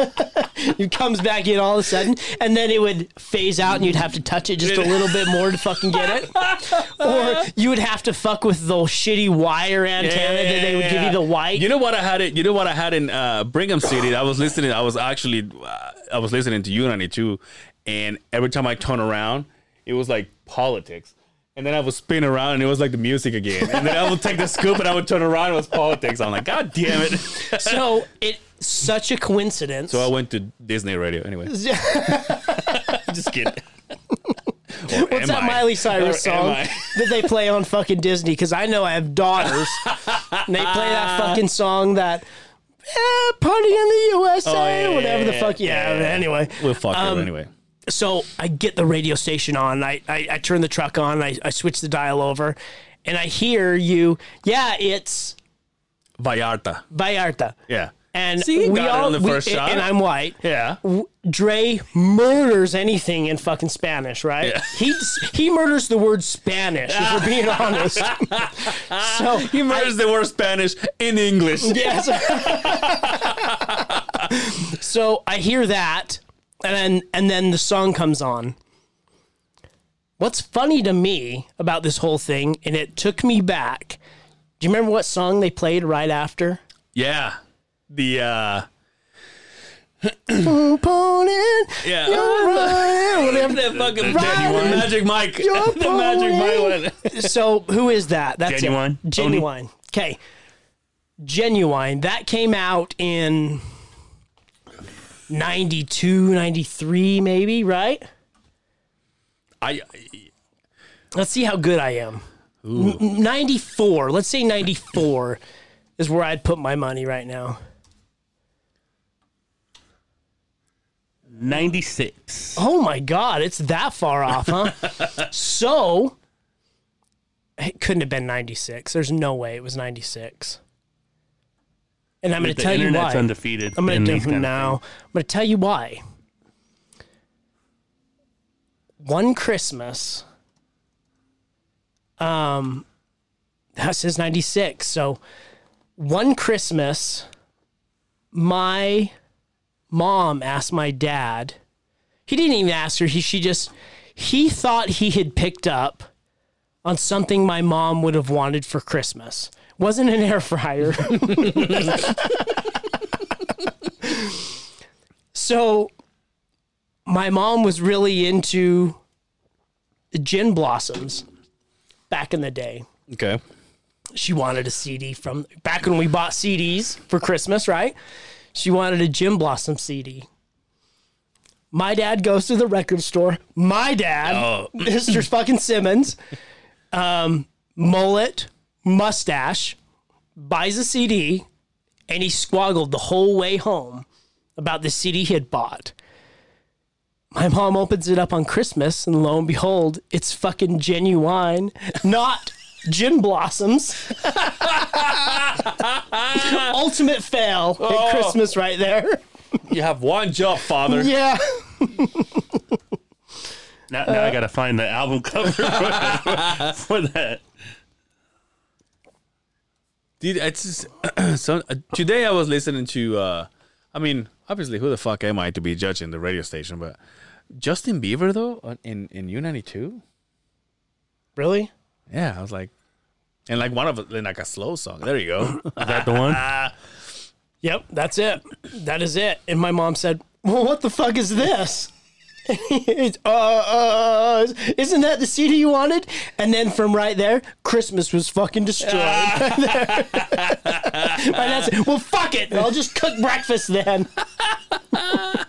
S4: it comes back in all of a sudden, and then it would phase out, and you'd have to touch it just a little bit more to fucking get it. Or you would have to fuck with the shitty wire antenna that they would give you the white.
S2: You know what I had it. You know what I had in uh, Brigham City. I was listening. I was actually, uh, I was listening to U ninety two, and every time I turn around, it was like politics. And then I would spin around, and it was like the music again. And then I would take the scoop, and I would turn around, and it was politics. I'm like, God damn it! so
S4: so it such a coincidence.
S2: I went to Disney Radio anyway. Just kidding.
S4: What's that Miley Cyrus
S2: Or am
S4: song
S2: I?
S4: that they play on fucking Disney? Because I know I have daughters, and they play that fucking song that eh, "Party in the USA"
S2: Oh, yeah, yeah,
S4: whatever the
S2: yeah,
S4: fuck. Yeah, anyway.
S2: We'll fuck
S4: Um,
S2: her anyway.
S4: so I get the radio station on. I, I, I turn the truck on. I, I switch the dial over, and I hear you. Yeah, it's
S2: Vallarta.
S4: Vallarta.
S2: Yeah.
S4: And
S2: See,
S4: we
S2: got it
S4: all
S2: on the
S4: we-
S2: first
S4: and-
S2: shot.
S4: And I'm white.
S2: Yeah.
S4: W- Dre murders anything in fucking Spanish, right? He he murders the word Spanish. If we're being honest, so
S2: He murders the word Spanish in English.
S4: Yes. so I hear that, and then and then the song comes on. What's funny to me about this whole thing, and it took me back. Do you remember what song they played right after?
S2: Yeah. The uh
S4: Opponent,
S2: yeah.
S4: whatever.
S2: the fucking
S4: Riding
S2: Magic Mike. the Magic Mike one.
S4: So who is that? That's it.
S5: Genuine?
S4: Genuine. Okay. Genuine. That came out in 92, 93 maybe, right?
S2: I
S4: Let's see how good I am. N- 94. Let's say 94 is where I'd put my money right now.
S5: 96.
S4: Oh my God, it's that far off, huh? so it couldn't have been 96. There's no way it was 96. And I'm going to
S5: the
S4: tell you
S5: internet's
S4: why.
S5: undefeated.
S4: I'm
S5: in
S4: going to
S5: these
S4: do
S5: kind of
S4: now. I'm going to tell you why. One Christmas, um, that says '96. So, one Christmas, my mom asked my dad. He didn't even ask her. He she just he thought he had picked up on something my mom would have wanted for Christmas. Wasn't an air fryer. So my mom was really into gin blossoms back in the day.
S2: Okay.
S4: She wanted a CD from back when we bought CDs for Christmas, right? She wanted a gin blossom CD. My dad goes to the record store. My dad, Mr. fucking Simmons, um, mullet, mustache, buys a CD, and he squoggled the whole way home about the CD he had bought. My mom opens it up on Christmas, and lo and behold, it's fucking genuine, not gin blossoms. Ultimate fail at Christmas, right there.
S2: You have one job, father.
S4: Yeah.
S5: Now, now
S4: Uh,
S5: I gotta find the album cover for that. For that.
S2: Dude, it's just, so, uh, today I was listening to. Uh, I mean, obviously, who the fuck am I to be judging the radio station? But Justin Bieber though, on- in in U ninety two.
S4: Really?
S2: Yeah, I was like, and like one of it- like a slow song. There you go.
S5: Is that the one?
S4: Yep, that's it. That is it. And my mom said, "Well, what the fuck is this?" It's, uh, uh, isn't that the CD you wanted? And then from right there, Christmas was fucking destroyed. Right there. my dad said, "Well, fuck it. I'll just cook breakfast then."
S2: and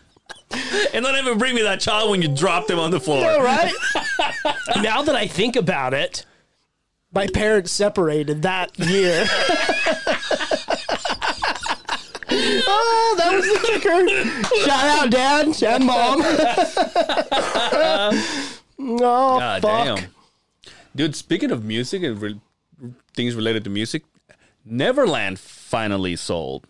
S2: don't ever bring me that child when you dropped him on the floor.
S4: All right. now that I think about it, my parents separated that year. oh, that was the kicker. Shout out, Dad. Shout out, Mom. no,
S2: Ah,
S4: Oh, fuck.
S2: damn. Dude, speaking of music and re- things related to music, Neverland finally sold.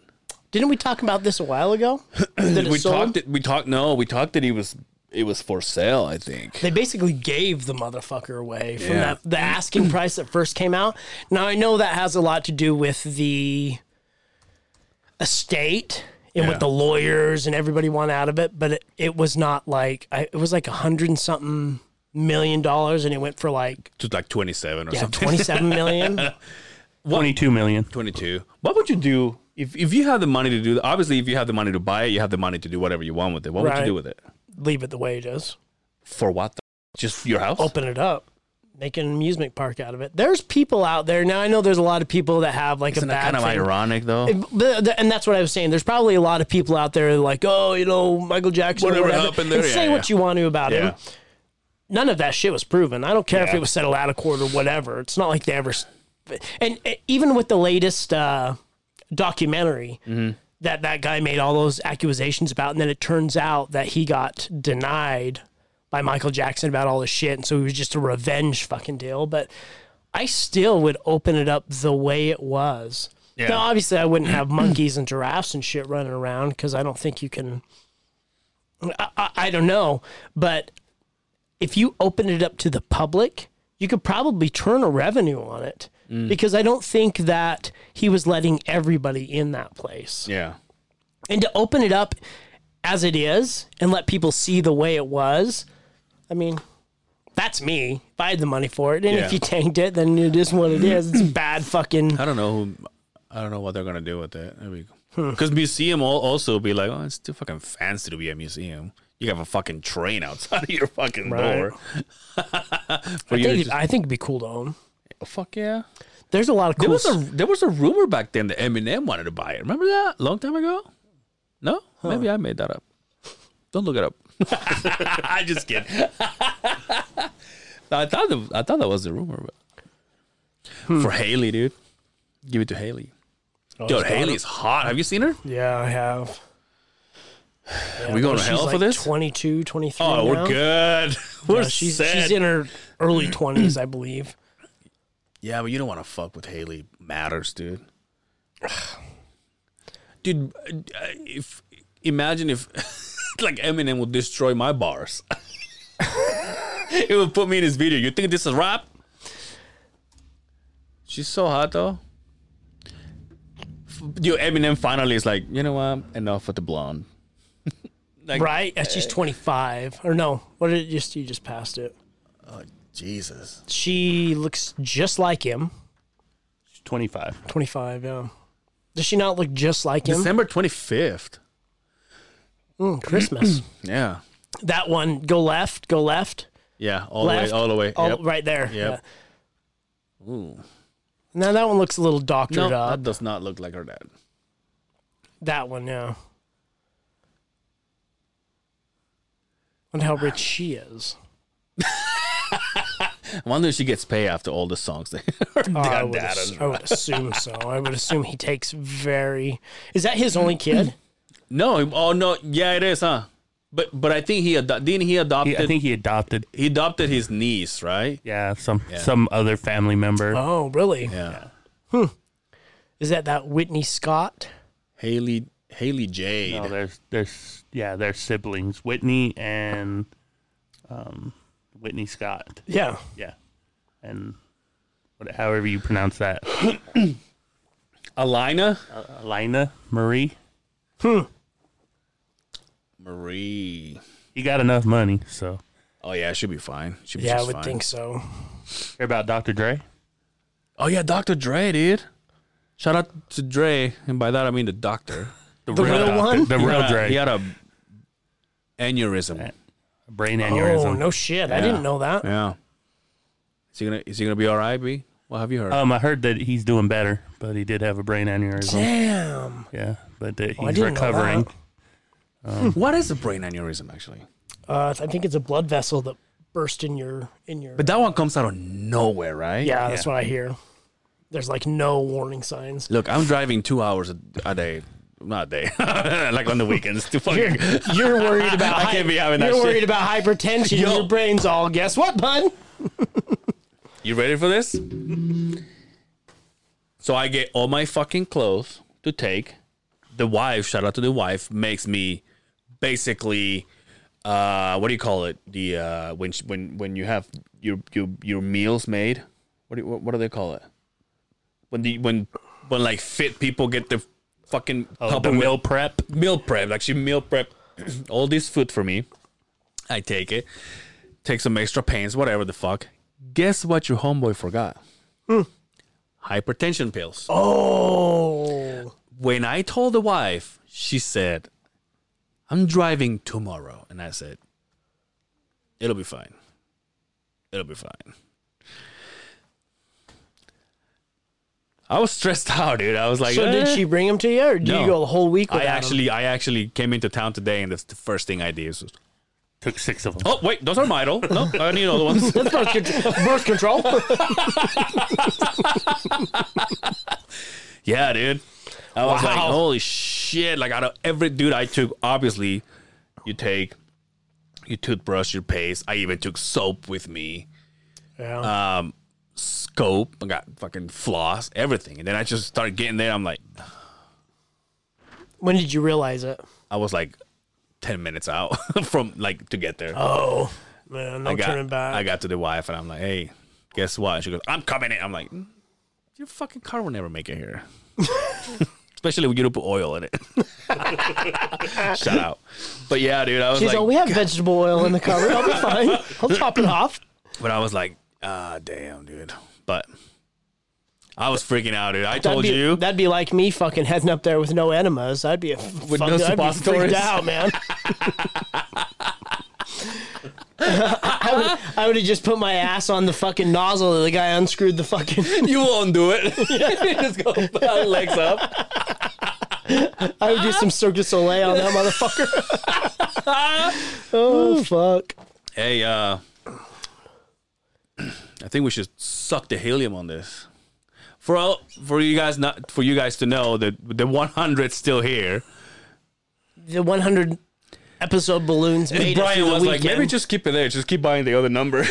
S4: Didn't we talk about this a while ago? That it
S2: we
S4: sold?
S2: talked it, we talked no, we talked that he was it was for sale, I think.
S4: They basically gave the motherfucker away from
S2: Yeah.
S4: that the asking price that first came out. Now I know that has a lot to do with the estate and
S2: Yeah.
S4: what the lawyers and everybody want out of it, but it, it was not like I, it was like a hundred and something million dollars, and it went for like
S2: To like 27 or
S4: yeah,
S2: something.
S4: twenty seven million.
S5: Twenty-two million.
S2: 22. What would you do if if you had the money to do that? Obviously, if you have the money to buy it, you have the money to do whatever you want with it. What would
S4: Right.
S2: you do with it?
S4: Leave it the way it is.
S2: For what? The, just your house?
S4: open it up, make an amusement park out of it. There's people out there now. I know there's a lot of people that have like
S2: Isn't
S4: a bad
S2: that kind of
S4: thing.
S2: ironic though?
S4: But- th- and that's what I was saying. There's probably a lot of people out there like, oh, you know, Michael Jackson. or
S2: Whatever
S4: whatever.
S2: happened there,
S4: And
S2: yeah,
S4: say what
S2: yeah.
S4: you want to about him.
S2: yeah.
S4: None of that shit was proven. I don't care if
S2: Yeah.
S4: it was settled out of court or whatever. It's not like they ever. s- And uh, even with the latest uh, documentary that that guy made all those accusations about, and then it turns out that he got denied by Michael Jackson about all this shit, and so it was just a revenge fucking deal. But I still would open it up the way it was. Now, obviously, I wouldn't have monkeys and giraffes and shit running around because I don't think you can. I, I, I don't know, but if you open it up to the public, you could probably turn a revenue on it
S2: Mm.
S4: because I don't think that he was letting everybody in that place.
S2: Yeah.
S4: And to open it up as it is and let people see the way it was, I mean, that's me. If I had the money for it, and
S2: Yeah.
S4: if you tanked it, then it is what it is. It's a bad fucking.
S2: I don't know. Who, I don't know what they're gonna do with it. Because museum will also be like, oh, it's too fucking fancy to be a museum. You have a fucking train outside of your fucking
S4: Right.
S2: door. For
S4: I
S2: you to
S4: think,
S2: just-
S4: I think it'd be cool to own.
S2: fuck yeah.
S4: There's a lot of
S2: There
S4: cool.
S2: was a there was a rumor back then that Eminem wanted to buy it. Remember that long time ago? No, maybe I made that up. Don't look it up. I just kidding. I thought the, I thought that was the rumor, but
S4: Hmm.
S2: for Haley, dude, give it to Haley.
S4: Oh,
S2: Dude, Haley's hot. Have you seen her?
S4: Yeah, I have.
S2: we going to
S4: She's
S2: hell
S4: like
S2: for this?
S4: 22, 23
S2: oh,
S4: now.
S2: we're good. We're
S4: Yeah, she's
S2: set.
S4: she's in her early twenties, I believe.
S2: yeah, but you don't want to fuck with Haley Matters, dude. dude, uh, if imagine if like Eminem would destroy my bars. it would put me in his video. You think this is rap? She's so hot though. F- Dude, Eminem finally is like, you know what? Enough with the blonde. like, uh,
S4: Right? Yeah, she's twenty five. Or no. What did you just you just passed it?
S2: Jesus.
S4: She looks just like him.
S5: Twenty-five.
S4: Twenty five, yeah. Does she not look just like him?
S2: December 25th.
S4: Mm, Christmas.
S2: Yeah.
S4: that one, go left, go left,
S2: Yeah, all
S4: left,
S2: the way, all the way.
S4: all-
S2: yep.
S4: right there.
S2: Yep.
S4: Yeah. Now that one looks a little doctored
S2: No,
S4: up.
S2: that does not look like her dad.
S4: That one, yeah. And how rich she is.
S2: I wonder if she gets paid after all the songs. that- her
S4: Oh, I,
S2: dad-
S4: would
S2: dad
S4: ass-
S2: has-
S4: I would assume so. I would assume he takes very. Is that his only kid?
S2: no, oh no, yeah, it is, huh? But but I think he ado- didn't he adopted
S5: He, I think he adopted.
S2: he adopted his niece, right?
S5: Yeah, some some other family member.
S4: Oh, really?
S2: Yeah.
S4: Is that that Whitney Scott?
S2: Haley Haley Jade.
S5: No, there's there's yeah, their siblings, Whitney and um, Whitney Scott.
S4: Yeah.
S5: Yeah, and what, however you pronounce that,
S2: Alina
S5: Alina Marie.
S2: Marie.
S5: He got enough money, so
S2: Oh yeah, she'll be fine. She'll be
S4: Yeah, I
S2: just
S4: would
S2: fine.
S4: think so.
S5: hear about Dr. Dre.
S2: Oh yeah, Dr. Dre, dude. Shout out to Dre, and by that I mean the doctor.
S4: The real
S5: doctor,
S4: one?
S5: the real Dre,
S2: He had a aneurysm.
S5: brain
S4: Oh
S5: aneurysm.
S4: no shit! I didn't know that.
S2: Yeah. Is he gonna is he gonna be alright, B? What have you heard?
S5: Um, I heard that he's doing better, but he did have a brain aneurysm.
S4: Damn.
S5: Yeah, but that he's
S4: I didn't know
S5: recovering.
S4: that.
S2: what is a brain aneurysm actually?
S4: Uh, I think it's a blood vessel that burst in your in your.
S2: But that one comes out of nowhere, right?
S4: yeah, that's what I hear. There's like no warning signs.
S2: Look, I'm driving two hours a, a day. Not a day. like on the weekends to
S4: You're,
S2: fucking
S4: you're worried about.
S2: I can't be having that
S4: You're
S2: shit.
S4: worried about hypertension.
S2: Yo.
S4: Your brain's all. Guess what, bud?
S2: You ready for this? So I get all my fucking clothes to take. The wife, shout out to the wife, makes me basically uh what do you call it? The uh when sh- when when you have your your your meals made. What do you, what, what do they call it? When the when when like fit people get the fucking
S5: Oh,
S2: help
S5: the
S2: them with-
S5: meal prep.
S2: meal prep. Like she meal prep all this food for me. I take it, take some extra pains, whatever the fuck. Guess what your homeboy forgot?
S4: Hmm.
S2: Hypertension pills.
S4: Oh.
S2: When I told the wife, she said, I'm driving tomorrow. And I said, It'll be fine. It'll be fine. I was stressed out, dude. I was like,
S4: So did
S2: "Eh."
S4: she bring him to you, or did
S2: No.
S4: you go the whole week?
S2: I
S4: without 'em?
S2: actually, I actually came into town today, and that's the first thing I did. was,
S5: Took six of them.
S2: oh wait, those are my idol. No, I need other ones.
S4: That's birth control. birth control.
S2: yeah, dude. I was like,
S4: Wow.
S2: holy shit! Like out of every dude I took, obviously, you take your toothbrush, your paste. I even took soap with me,
S4: Yeah.
S2: uh, scope. I got fucking floss, everything, and then I just started getting there. I'm like,
S4: when did you realize it?
S2: I was like, ten minutes out from like to get there.
S4: Oh man, no
S2: I got,
S4: turning back.
S2: I got to the wife and I'm like, hey, guess what? And she goes, I'm coming in. I'm like, "Mm, your fucking car will never make it here. Especially when you don't put oil in it. Shout out. But yeah, dude, I was
S4: She's
S2: like,
S4: like, oh, we have vegetable oil in the cupboard. I'll be fine. I'll top it off.
S2: but I was like, ah, damn, dude. But I was freaking out, dude. I
S4: That'd
S2: told
S4: be,
S2: you.
S4: That'd be like me fucking heading up there with no enemas. I'd be a with
S2: no
S4: I'd be
S2: suppositories.
S4: freaked out, man. I would, I would have just put my ass on the fucking nozzle. and The guy unscrewed the fucking.
S2: you won't do it. Just go put our legs up.
S4: I would do some Cirque du Soleil on that motherfucker. oh fuck!
S2: Hey, uh, I think we should suck the helium on this. For all, for you guys not for you guys to know that the 100's still here.
S4: The 100 episode balloons made it through
S2: Brian
S4: the
S2: was like,
S4: weekend.
S2: maybe just keep it there. Just keep buying the other number.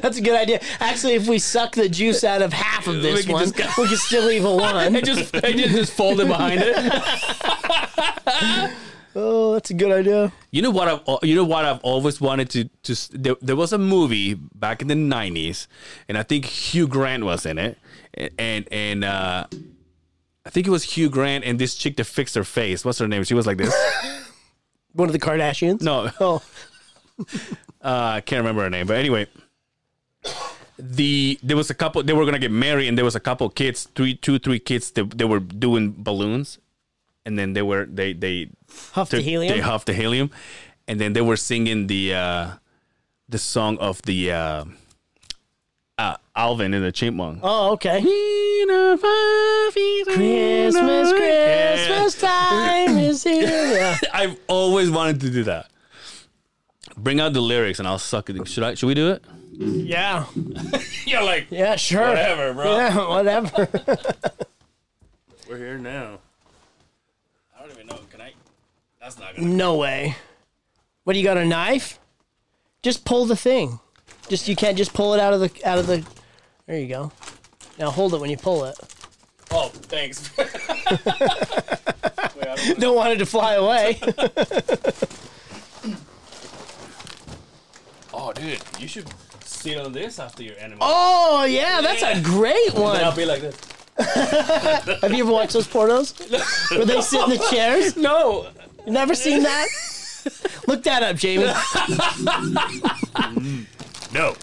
S4: That's a good idea. Actually, if we suck the juice out of half of this
S2: We can
S4: one,
S2: just go-
S4: we can still leave a one.
S2: and just and just, just fold it behind it.
S4: oh, that's a good idea.
S2: You know what I've al- you know what I've always wanted to to. s- There, there was a movie back in the 90s, and I think Hugh Grant was in it, A- and and uh, I think it was Hugh Grant and this chick that fixed her face. What's her name? She was like this.
S4: One of the Kardashians.
S2: No.
S4: Oh,
S2: Uh, I can't remember her name, but anyway, the there was a couple. They were gonna get married, and there was a couple kids, three, two, three kids. That, they were doing balloons, and then they were they they
S4: huff the
S2: took-
S4: helium.
S2: They huffed the helium, and then they were singing the uh, the song of the uh, uh, Alvin and the Chipmunk.
S4: oh, okay.
S2: Christmas,
S4: Oh. Christmas, Christmas time is here. Yeah.
S2: I've always wanted to do that. Bring out the lyrics and I'll suck it. Should I? Should we do it?
S4: Yeah.
S2: You're like
S4: Yeah, sure.
S2: whatever, bro.
S4: Yeah, whatever.
S5: We're here now.
S2: I don't even know. Can I? That's not gonna.
S4: no way. What do you got a knife? Just pull the thing. Just you can't just pull it out of the out of the There you go. Now hold it when you pull it.
S2: Oh, thanks.
S4: Don't want it to fly away.
S2: oh, dude, you should sit on this after your animal.
S4: Oh yeah, that's a great one.
S2: be like this.
S4: Have you ever watched those pornos? Where they sit in the chairs?
S2: No.
S4: Never seen that? Look that up, Jamie.
S5: No.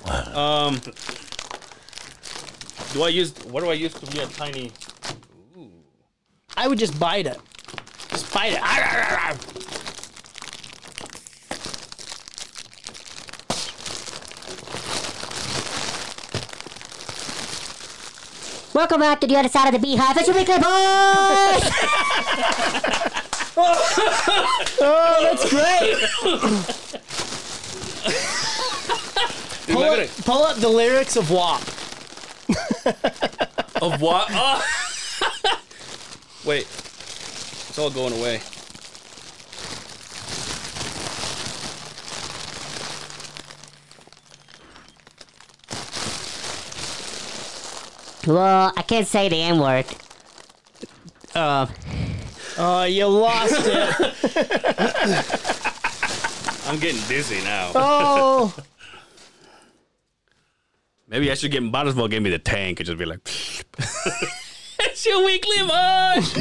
S2: Do I use? What do I use to be a tiny?
S4: I would just bite it. Just bite it. Arr, arr, arr, arr.
S6: Welcome back to the other side of the beehive. It's your weekly boys.
S4: Oh, that's great. pull, up, pull up the lyrics of WAP.
S2: Of what? Oh. Wait, it's all going away.
S6: well, I can't say the N word.
S4: Oh, you lost it.
S2: I'm getting dizzy now.
S4: Oh,
S2: Maybe I should get might as well give me the tank and just be like, it's your weekly mush.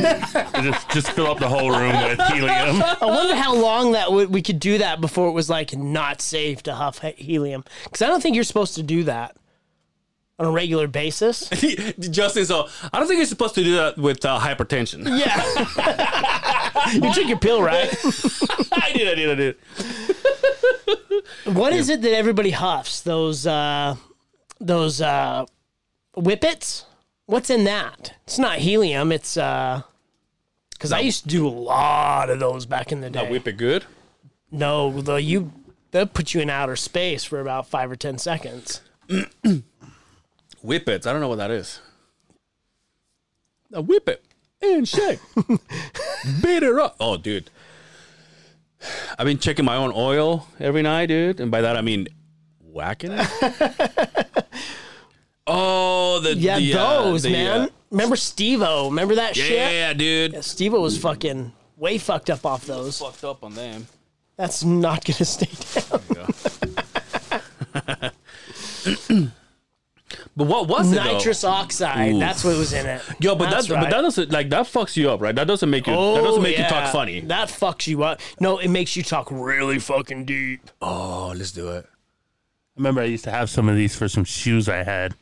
S5: just, just fill up the whole room with helium.
S4: I wonder how long that would we could do that before it was like not safe to huff he- helium. Because I don't think you're supposed to do that on a regular basis.
S2: Justin's all. I don't think you're supposed to do that with uh, hypertension.
S4: Yeah. you took your pill, right?
S2: I did. I did. I did.
S4: What is it that everybody huffs? Those uh those uh whippets? What's in that? It's not helium, it's uh cuz I used to do a lot of those back in the day.
S2: Whip it good.
S4: no, though you that put you in outer space for about 5 or 10 seconds.
S2: Whippets. I don't know what that is. A whip it and shake. Beat her up. Oh, dude. I've been checking my own oil every night, dude. And by that, I mean whacking it. oh, the.
S4: Yeah,
S2: the, uh,
S4: those,
S2: the, uh,
S4: man. Remember Stevo? Remember that
S2: yeah,
S4: shit?
S2: dude.
S4: Stevo was fucking way fucked up off those.
S2: Fucked up on them.
S4: That's not going to stay down.
S2: But what was it? though?
S4: Nitrous oxide. That's what was in it.
S2: Yo, but
S4: That's
S2: that, but
S4: right. Oh,
S2: that doesn't like that fucks you up, right? That doesn't make you. that doesn't make you
S4: yeah.
S2: talk funny.
S4: That fucks you up. No, it makes you talk really fucking deep.
S2: oh, let's do it.
S5: remember I used to have some of these for some shoes I had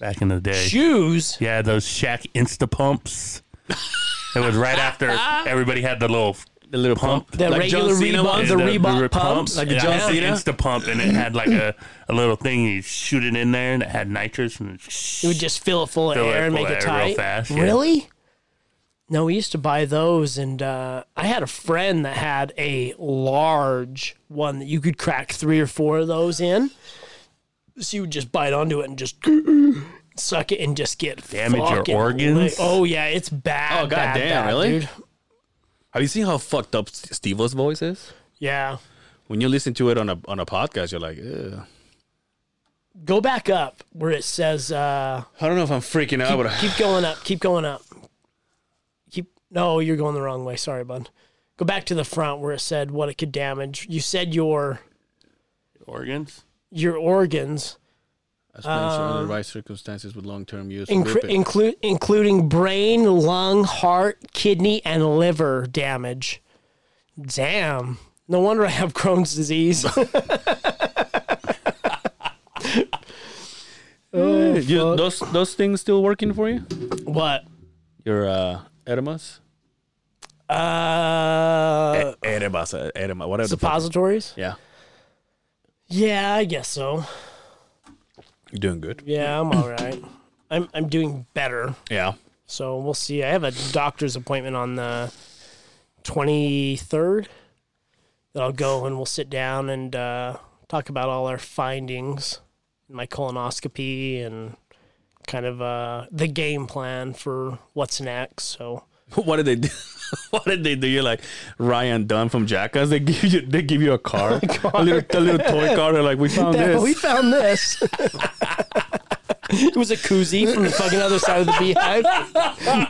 S5: back in the day.
S4: Shoes.
S5: Yeah, those Shaq Insta pumps. it was right after everybody had the little
S2: The little
S5: pump.
S4: The
S2: Like John
S4: regular
S2: Cena
S4: Reebok,
S2: ones?
S4: the,
S5: the- the
S4: Reebok
S5: Reebok
S4: pumps.
S5: pumps?
S2: Like
S5: it
S2: the John
S5: had an
S2: Cena.
S5: Insta pump, and it had like a, a little thing. You shoot it in there, and it had nitrous, and
S4: It would just fill it full of
S5: Fill it
S4: air and
S5: full
S4: make it
S5: of air
S4: tight.
S5: real fast, yeah.
S4: Really? No, we used to buy those, and uh, I had a friend that had a large one that you could crack three or four of those in. So you would just bite onto it and just suck it and just get
S5: Damage your
S4: fucking
S5: organs?
S4: lit. Oh yeah, it's bad.
S2: Oh,
S4: bad,
S2: goddamn,
S4: bad,
S2: really?
S4: dude.
S2: Have you seen how fucked up Stevo's voice is?
S4: Yeah.
S2: When you listen to it on a on a podcast, you're like, Ew.
S4: go back up where it says uh
S2: I don't know if I'm freaking out, but
S4: keep going up keep going up keep no you're going the wrong way sorry bud go back to the front where it said what it could damage you said your
S5: organs.
S4: your organs
S2: as mentioned,
S4: Uh,
S2: under uh, the right circumstances with long term use,
S4: incre-
S2: whip it.
S4: include including brain lung heart kidney and liver damage damn no wonder i have crohn's disease
S2: You- those those things still working for you?
S4: what
S2: Your uh, edemas?
S4: uh
S2: Edemas, uh, edema, whatever. the fuck.
S4: suppositories
S2: Yeah,
S4: yeah i guess so
S2: you're doing good.
S4: yeah i'm all right i'm i'm doing better
S2: Yeah,
S4: So we'll see. I have a doctor's appointment on the 23rd. that I'll go and we'll sit down and uh, talk about all our findings, my colonoscopy, and kind of uh, the game plan for what's next. So
S2: What did they do? What did they do? You're like Ryan Dunn from Jackass. They give you they give you a car, a, little, a little toy car. They're like, we found this.
S4: we found this. It was a koozie from the fucking other side of the beehive.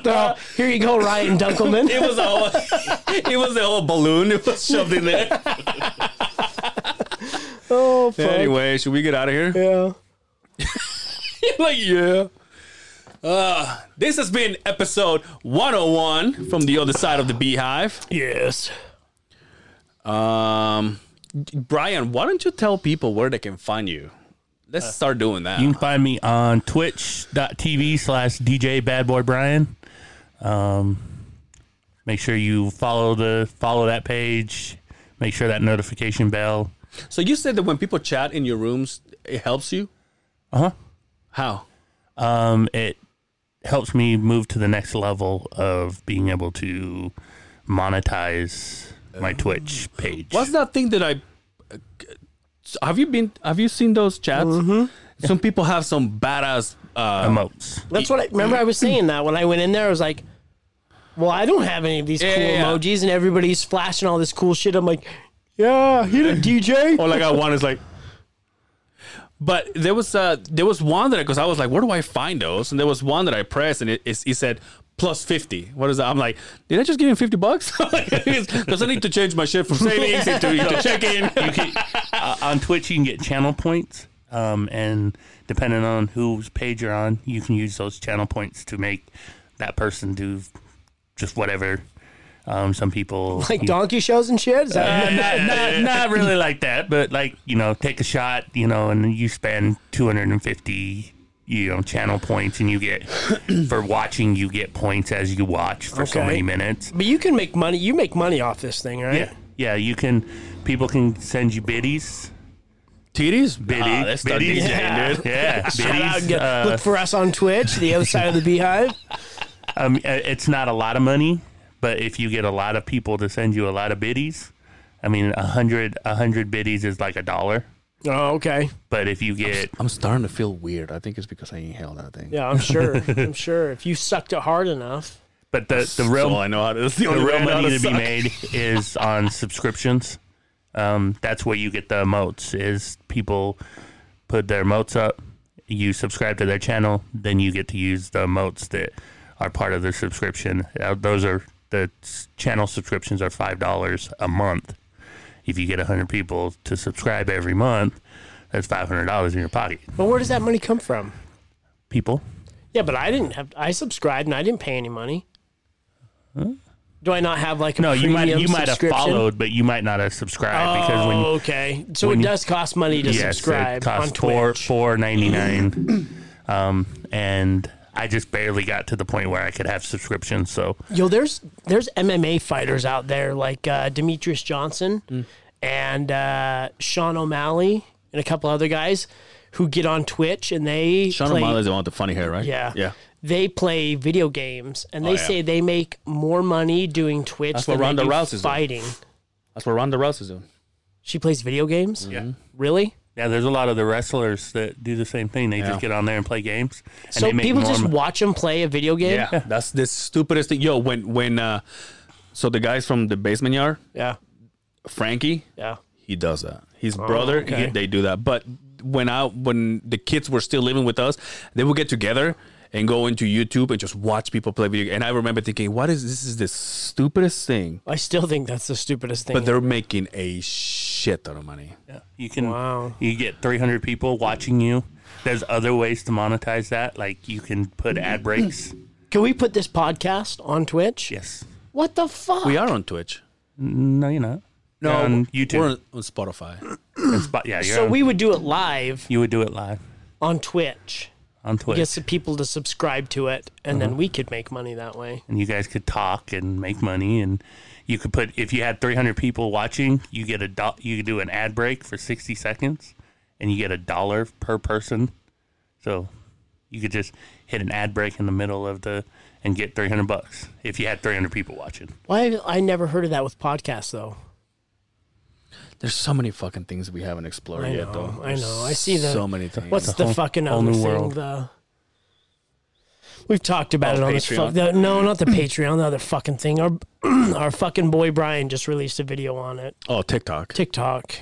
S4: So, here you go, Ryan Dunkelman.
S2: it was a whole, it was a whole balloon. It was shoved in there.
S4: oh, fuck.
S2: Anyway, should we get out of here?
S4: Yeah.
S2: like yeah. Uh, this has been episode 101 from the other side of the beehive.
S4: Yes.
S2: Um, Brian, why don't you tell people where they can find you? Let's start doing that.
S5: Uh, You can find me on twitch.tv slash DJ Bad Boy Brian. Um, make sure you follow the follow that page. Make sure that notification bell.
S2: so you said that when people chat in your rooms, it helps you.
S5: Uh-huh.
S2: How?
S5: Um, it helps me move to the next level of being able to monetize my Twitch page.
S2: What's that thing that I? uh, Have you been? Have you seen those chats?
S5: Mm-hmm.
S2: Some people have some badass. Uh,
S5: Emotes.
S4: That's what I remember. I was saying that when I went in there, I was like, "Well, I don't have any of these
S2: Yeah,
S4: cool
S2: yeah, yeah.
S4: emojis," and everybody's flashing all this cool shit. I'm like, "Yeah, hit it, DJ."
S5: Oh,
S2: or like I one is like. But there was uh there was one that because I was like, where do I find those? And there was one that I pressed and it it, it said plus fifty. What is that? I'm like, did I just give him fifty bucks? Because I need to change my shit from savings into, into checking.
S5: uh, on Twitch, you can get channel points, um, and depending on whose page you're on, you can use those channel points to make that person do just whatever. Um, some people
S4: like
S5: you-
S4: donkey shows and shit. Is that-
S5: Uh, not, not, not really like that, but like you know, take a shot, you know, and you spend 250 you know channel points, and you get for watching, you get points as you watch for so
S4: Okay.
S5: many minutes.
S4: but you can make money. You make money off this thing, right?
S5: Yeah, yeah, you can. People can send you biddies.
S2: Titties,
S5: Biddy,
S2: Ah, that's not
S5: biddy.
S2: DJing,
S4: Yeah.
S2: dude.
S5: Yeah,
S4: Shout out and
S5: biddies.
S4: go-
S5: Uh,
S4: look for us on Twitch, the other side of the beehive.
S5: um, uh, it's not a lot of money, but if you get a lot of people to send you a lot of biddies, I mean, a hundred, a hundred biddies is like a dollar.
S4: Oh, okay.
S5: But if you get,
S2: I'm starting to feel weird. I think it's because I inhaled that thing.
S4: Yeah, I'm sure. I'm sure if you sucked it hard enough.
S5: but the the real
S2: So I know how to. That's the
S5: the
S2: only way
S5: real
S2: I know how
S5: money to be
S2: suck.
S5: made is on subscriptions. Um, that's where you get the emotes. Is people put their emotes up, you subscribe to their channel, then you get to use the emotes that are part of their subscription. Uh, those are the s- channel subscriptions are five dollars a month. If you get hundred people to subscribe every month, that's five hundred dollars in your pocket.
S4: But where does that money come from?
S5: People,
S4: Yeah, but I didn't have. I subscribed and I didn't pay any money. Do I not have like a
S5: no, you might
S4: premium
S5: you might have
S4: subscription?
S5: followed, but you might not have subscribed because when
S4: Oh, okay. So
S5: when
S4: it
S5: you-
S4: does cost money to
S5: yes,
S4: subscribe
S5: it costs
S4: on Twitch.
S5: four four ninety nine, um, and I just barely got to the point where I could have subscriptions. So
S4: Yo, there's there's MMA fighters out there like uh, Demetrius Johnson and uh, Sean O'Malley and a couple other guys who get on Twitch and they
S2: Sean
S4: play,
S2: O'Malley's the one with the funny hair, right?
S4: Yeah. Oh,
S2: yeah.
S4: They play video games and they
S2: yeah.
S4: say they make more money doing Twitch
S2: That's what
S4: than they
S2: Ronda
S4: do
S2: Rousey's doing.
S4: fighting.
S2: That's what Ronda Rousey is doing.
S4: She plays video games.
S5: Mm-hmm.
S4: Yeah, really.
S5: yeah, there's a lot of the wrestlers that do the same thing. They
S2: Yeah.
S5: just get on there and play games. And
S4: So
S5: they make
S4: people
S5: more
S4: just
S5: mo-
S4: watch them play a video game.
S2: Yeah, that's the stupidest thing. Yo, when when uh, so the guys from the basement yard,
S4: yeah,
S2: Frankie,
S4: yeah.
S2: he does that. His brother,
S4: Oh, okay.
S2: he- they do that. But when I when the kids were still living with us, they would get together and go into YouTube and just watch people play video. And I remember thinking, what is this? Is the stupidest thing?
S4: I still think that's the stupidest thing.
S2: But they're making a shit ton of money.
S5: Yeah. You can
S4: Wow.
S5: you get 300 people watching you. There's other ways to monetize that. Like you can put ad breaks.
S4: Can we put this podcast on Twitch?
S5: Yes.
S4: What the fuck?
S2: We are on Twitch.
S5: No, you're not. No, on YouTube.
S2: We're on, on Spotify.
S5: and Spot- yeah, you're
S4: So
S5: on-
S4: we would do it live
S5: you would do it live
S4: on Twitch.
S5: on Twitch,
S4: Get some people to subscribe to it, and
S5: Mm-hmm.
S4: then we could make money that way.
S5: and you guys could talk and make money and you could put if you had 300 people watching you get a do- you could do an ad break for 60 seconds and you get a dollar per person so you could just hit an ad break in the middle of the and get 300 bucks if you had 300 people watching
S4: Why I never heard of that with podcasts though.
S2: There's so many fucking things we haven't explored
S4: I
S2: yet,
S4: know,
S2: though.
S4: I
S2: There's
S4: know. I see the-
S2: so many things.
S4: What's the
S5: whole-
S4: fucking
S5: whole
S4: other thing?
S5: new world.
S4: The we've talked about
S2: Oh,
S4: it on this. Fuck,
S2: Patreon.
S4: the, no, not the Patreon. The other fucking thing. Our our fucking boy Brian just released a video on it.
S2: oh TikTok?
S4: TikTok.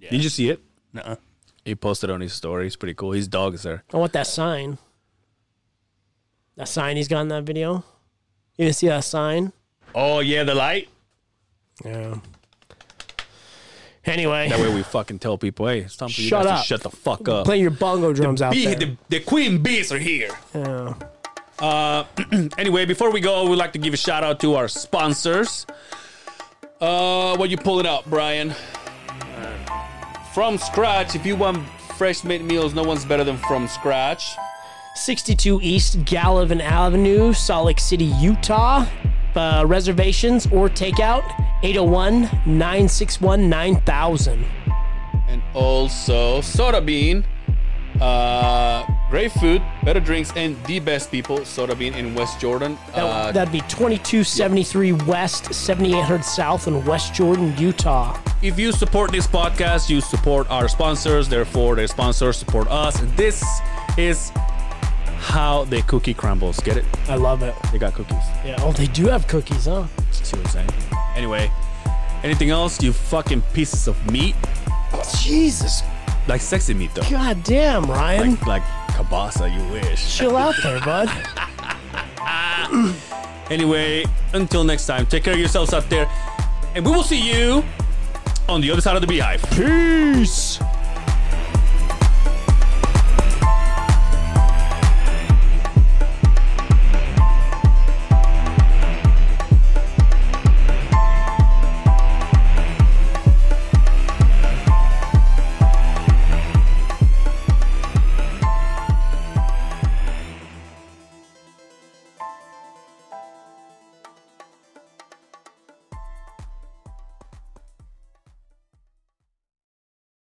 S2: Did you see it?
S5: Nuh-uh.
S2: He posted on his story. It's pretty cool. His dog is there.
S4: I want that sign. That sign he's got in that video. You didn't see that sign?
S2: Oh yeah, the light.
S4: Yeah. Anyway,
S2: That way we fucking tell people, hey, it's time for you
S4: Shut
S2: guys
S4: up.
S2: to shut the fuck up.
S4: play your bongo drums out
S2: Bee-
S4: there.
S2: the, the queen bees are here. Uh,
S4: Yeah.
S2: Anyway, before we go, we'd like to give a shout out to our sponsors. Uh, what you pull it out, Brian? Uh, From scratch. If you want fresh made meals, no one's better than from scratch.
S4: 62 East Gallivan Avenue, Salt Lake City, Utah. Uh, reservations or takeout 801 961 9000.
S2: and also Soda Bean. Uh, great food, better drinks, and the best people. Soda Bean in West Jordan. Uh,
S4: That'd be 2273 West, 7800 South in West Jordan, Utah.
S2: if you support this podcast, you support our sponsors. Therefore, their sponsors support us. And this is how the cookie crumbles. Get it?
S4: I love it.
S2: They got cookies.
S4: Yeah. Oh, they do have cookies, huh?
S2: See what I'm saying? Anyway, anything else? You fucking pieces of meat,
S4: Jesus.
S2: like sexy meat though,
S4: God damn, Ryan.
S2: like like kielbasa. You wish.
S4: Chill out there, bud.
S2: Anyway, until next time, take care of yourselves out there, and we will see you on the other side of the beehive.
S4: Peace.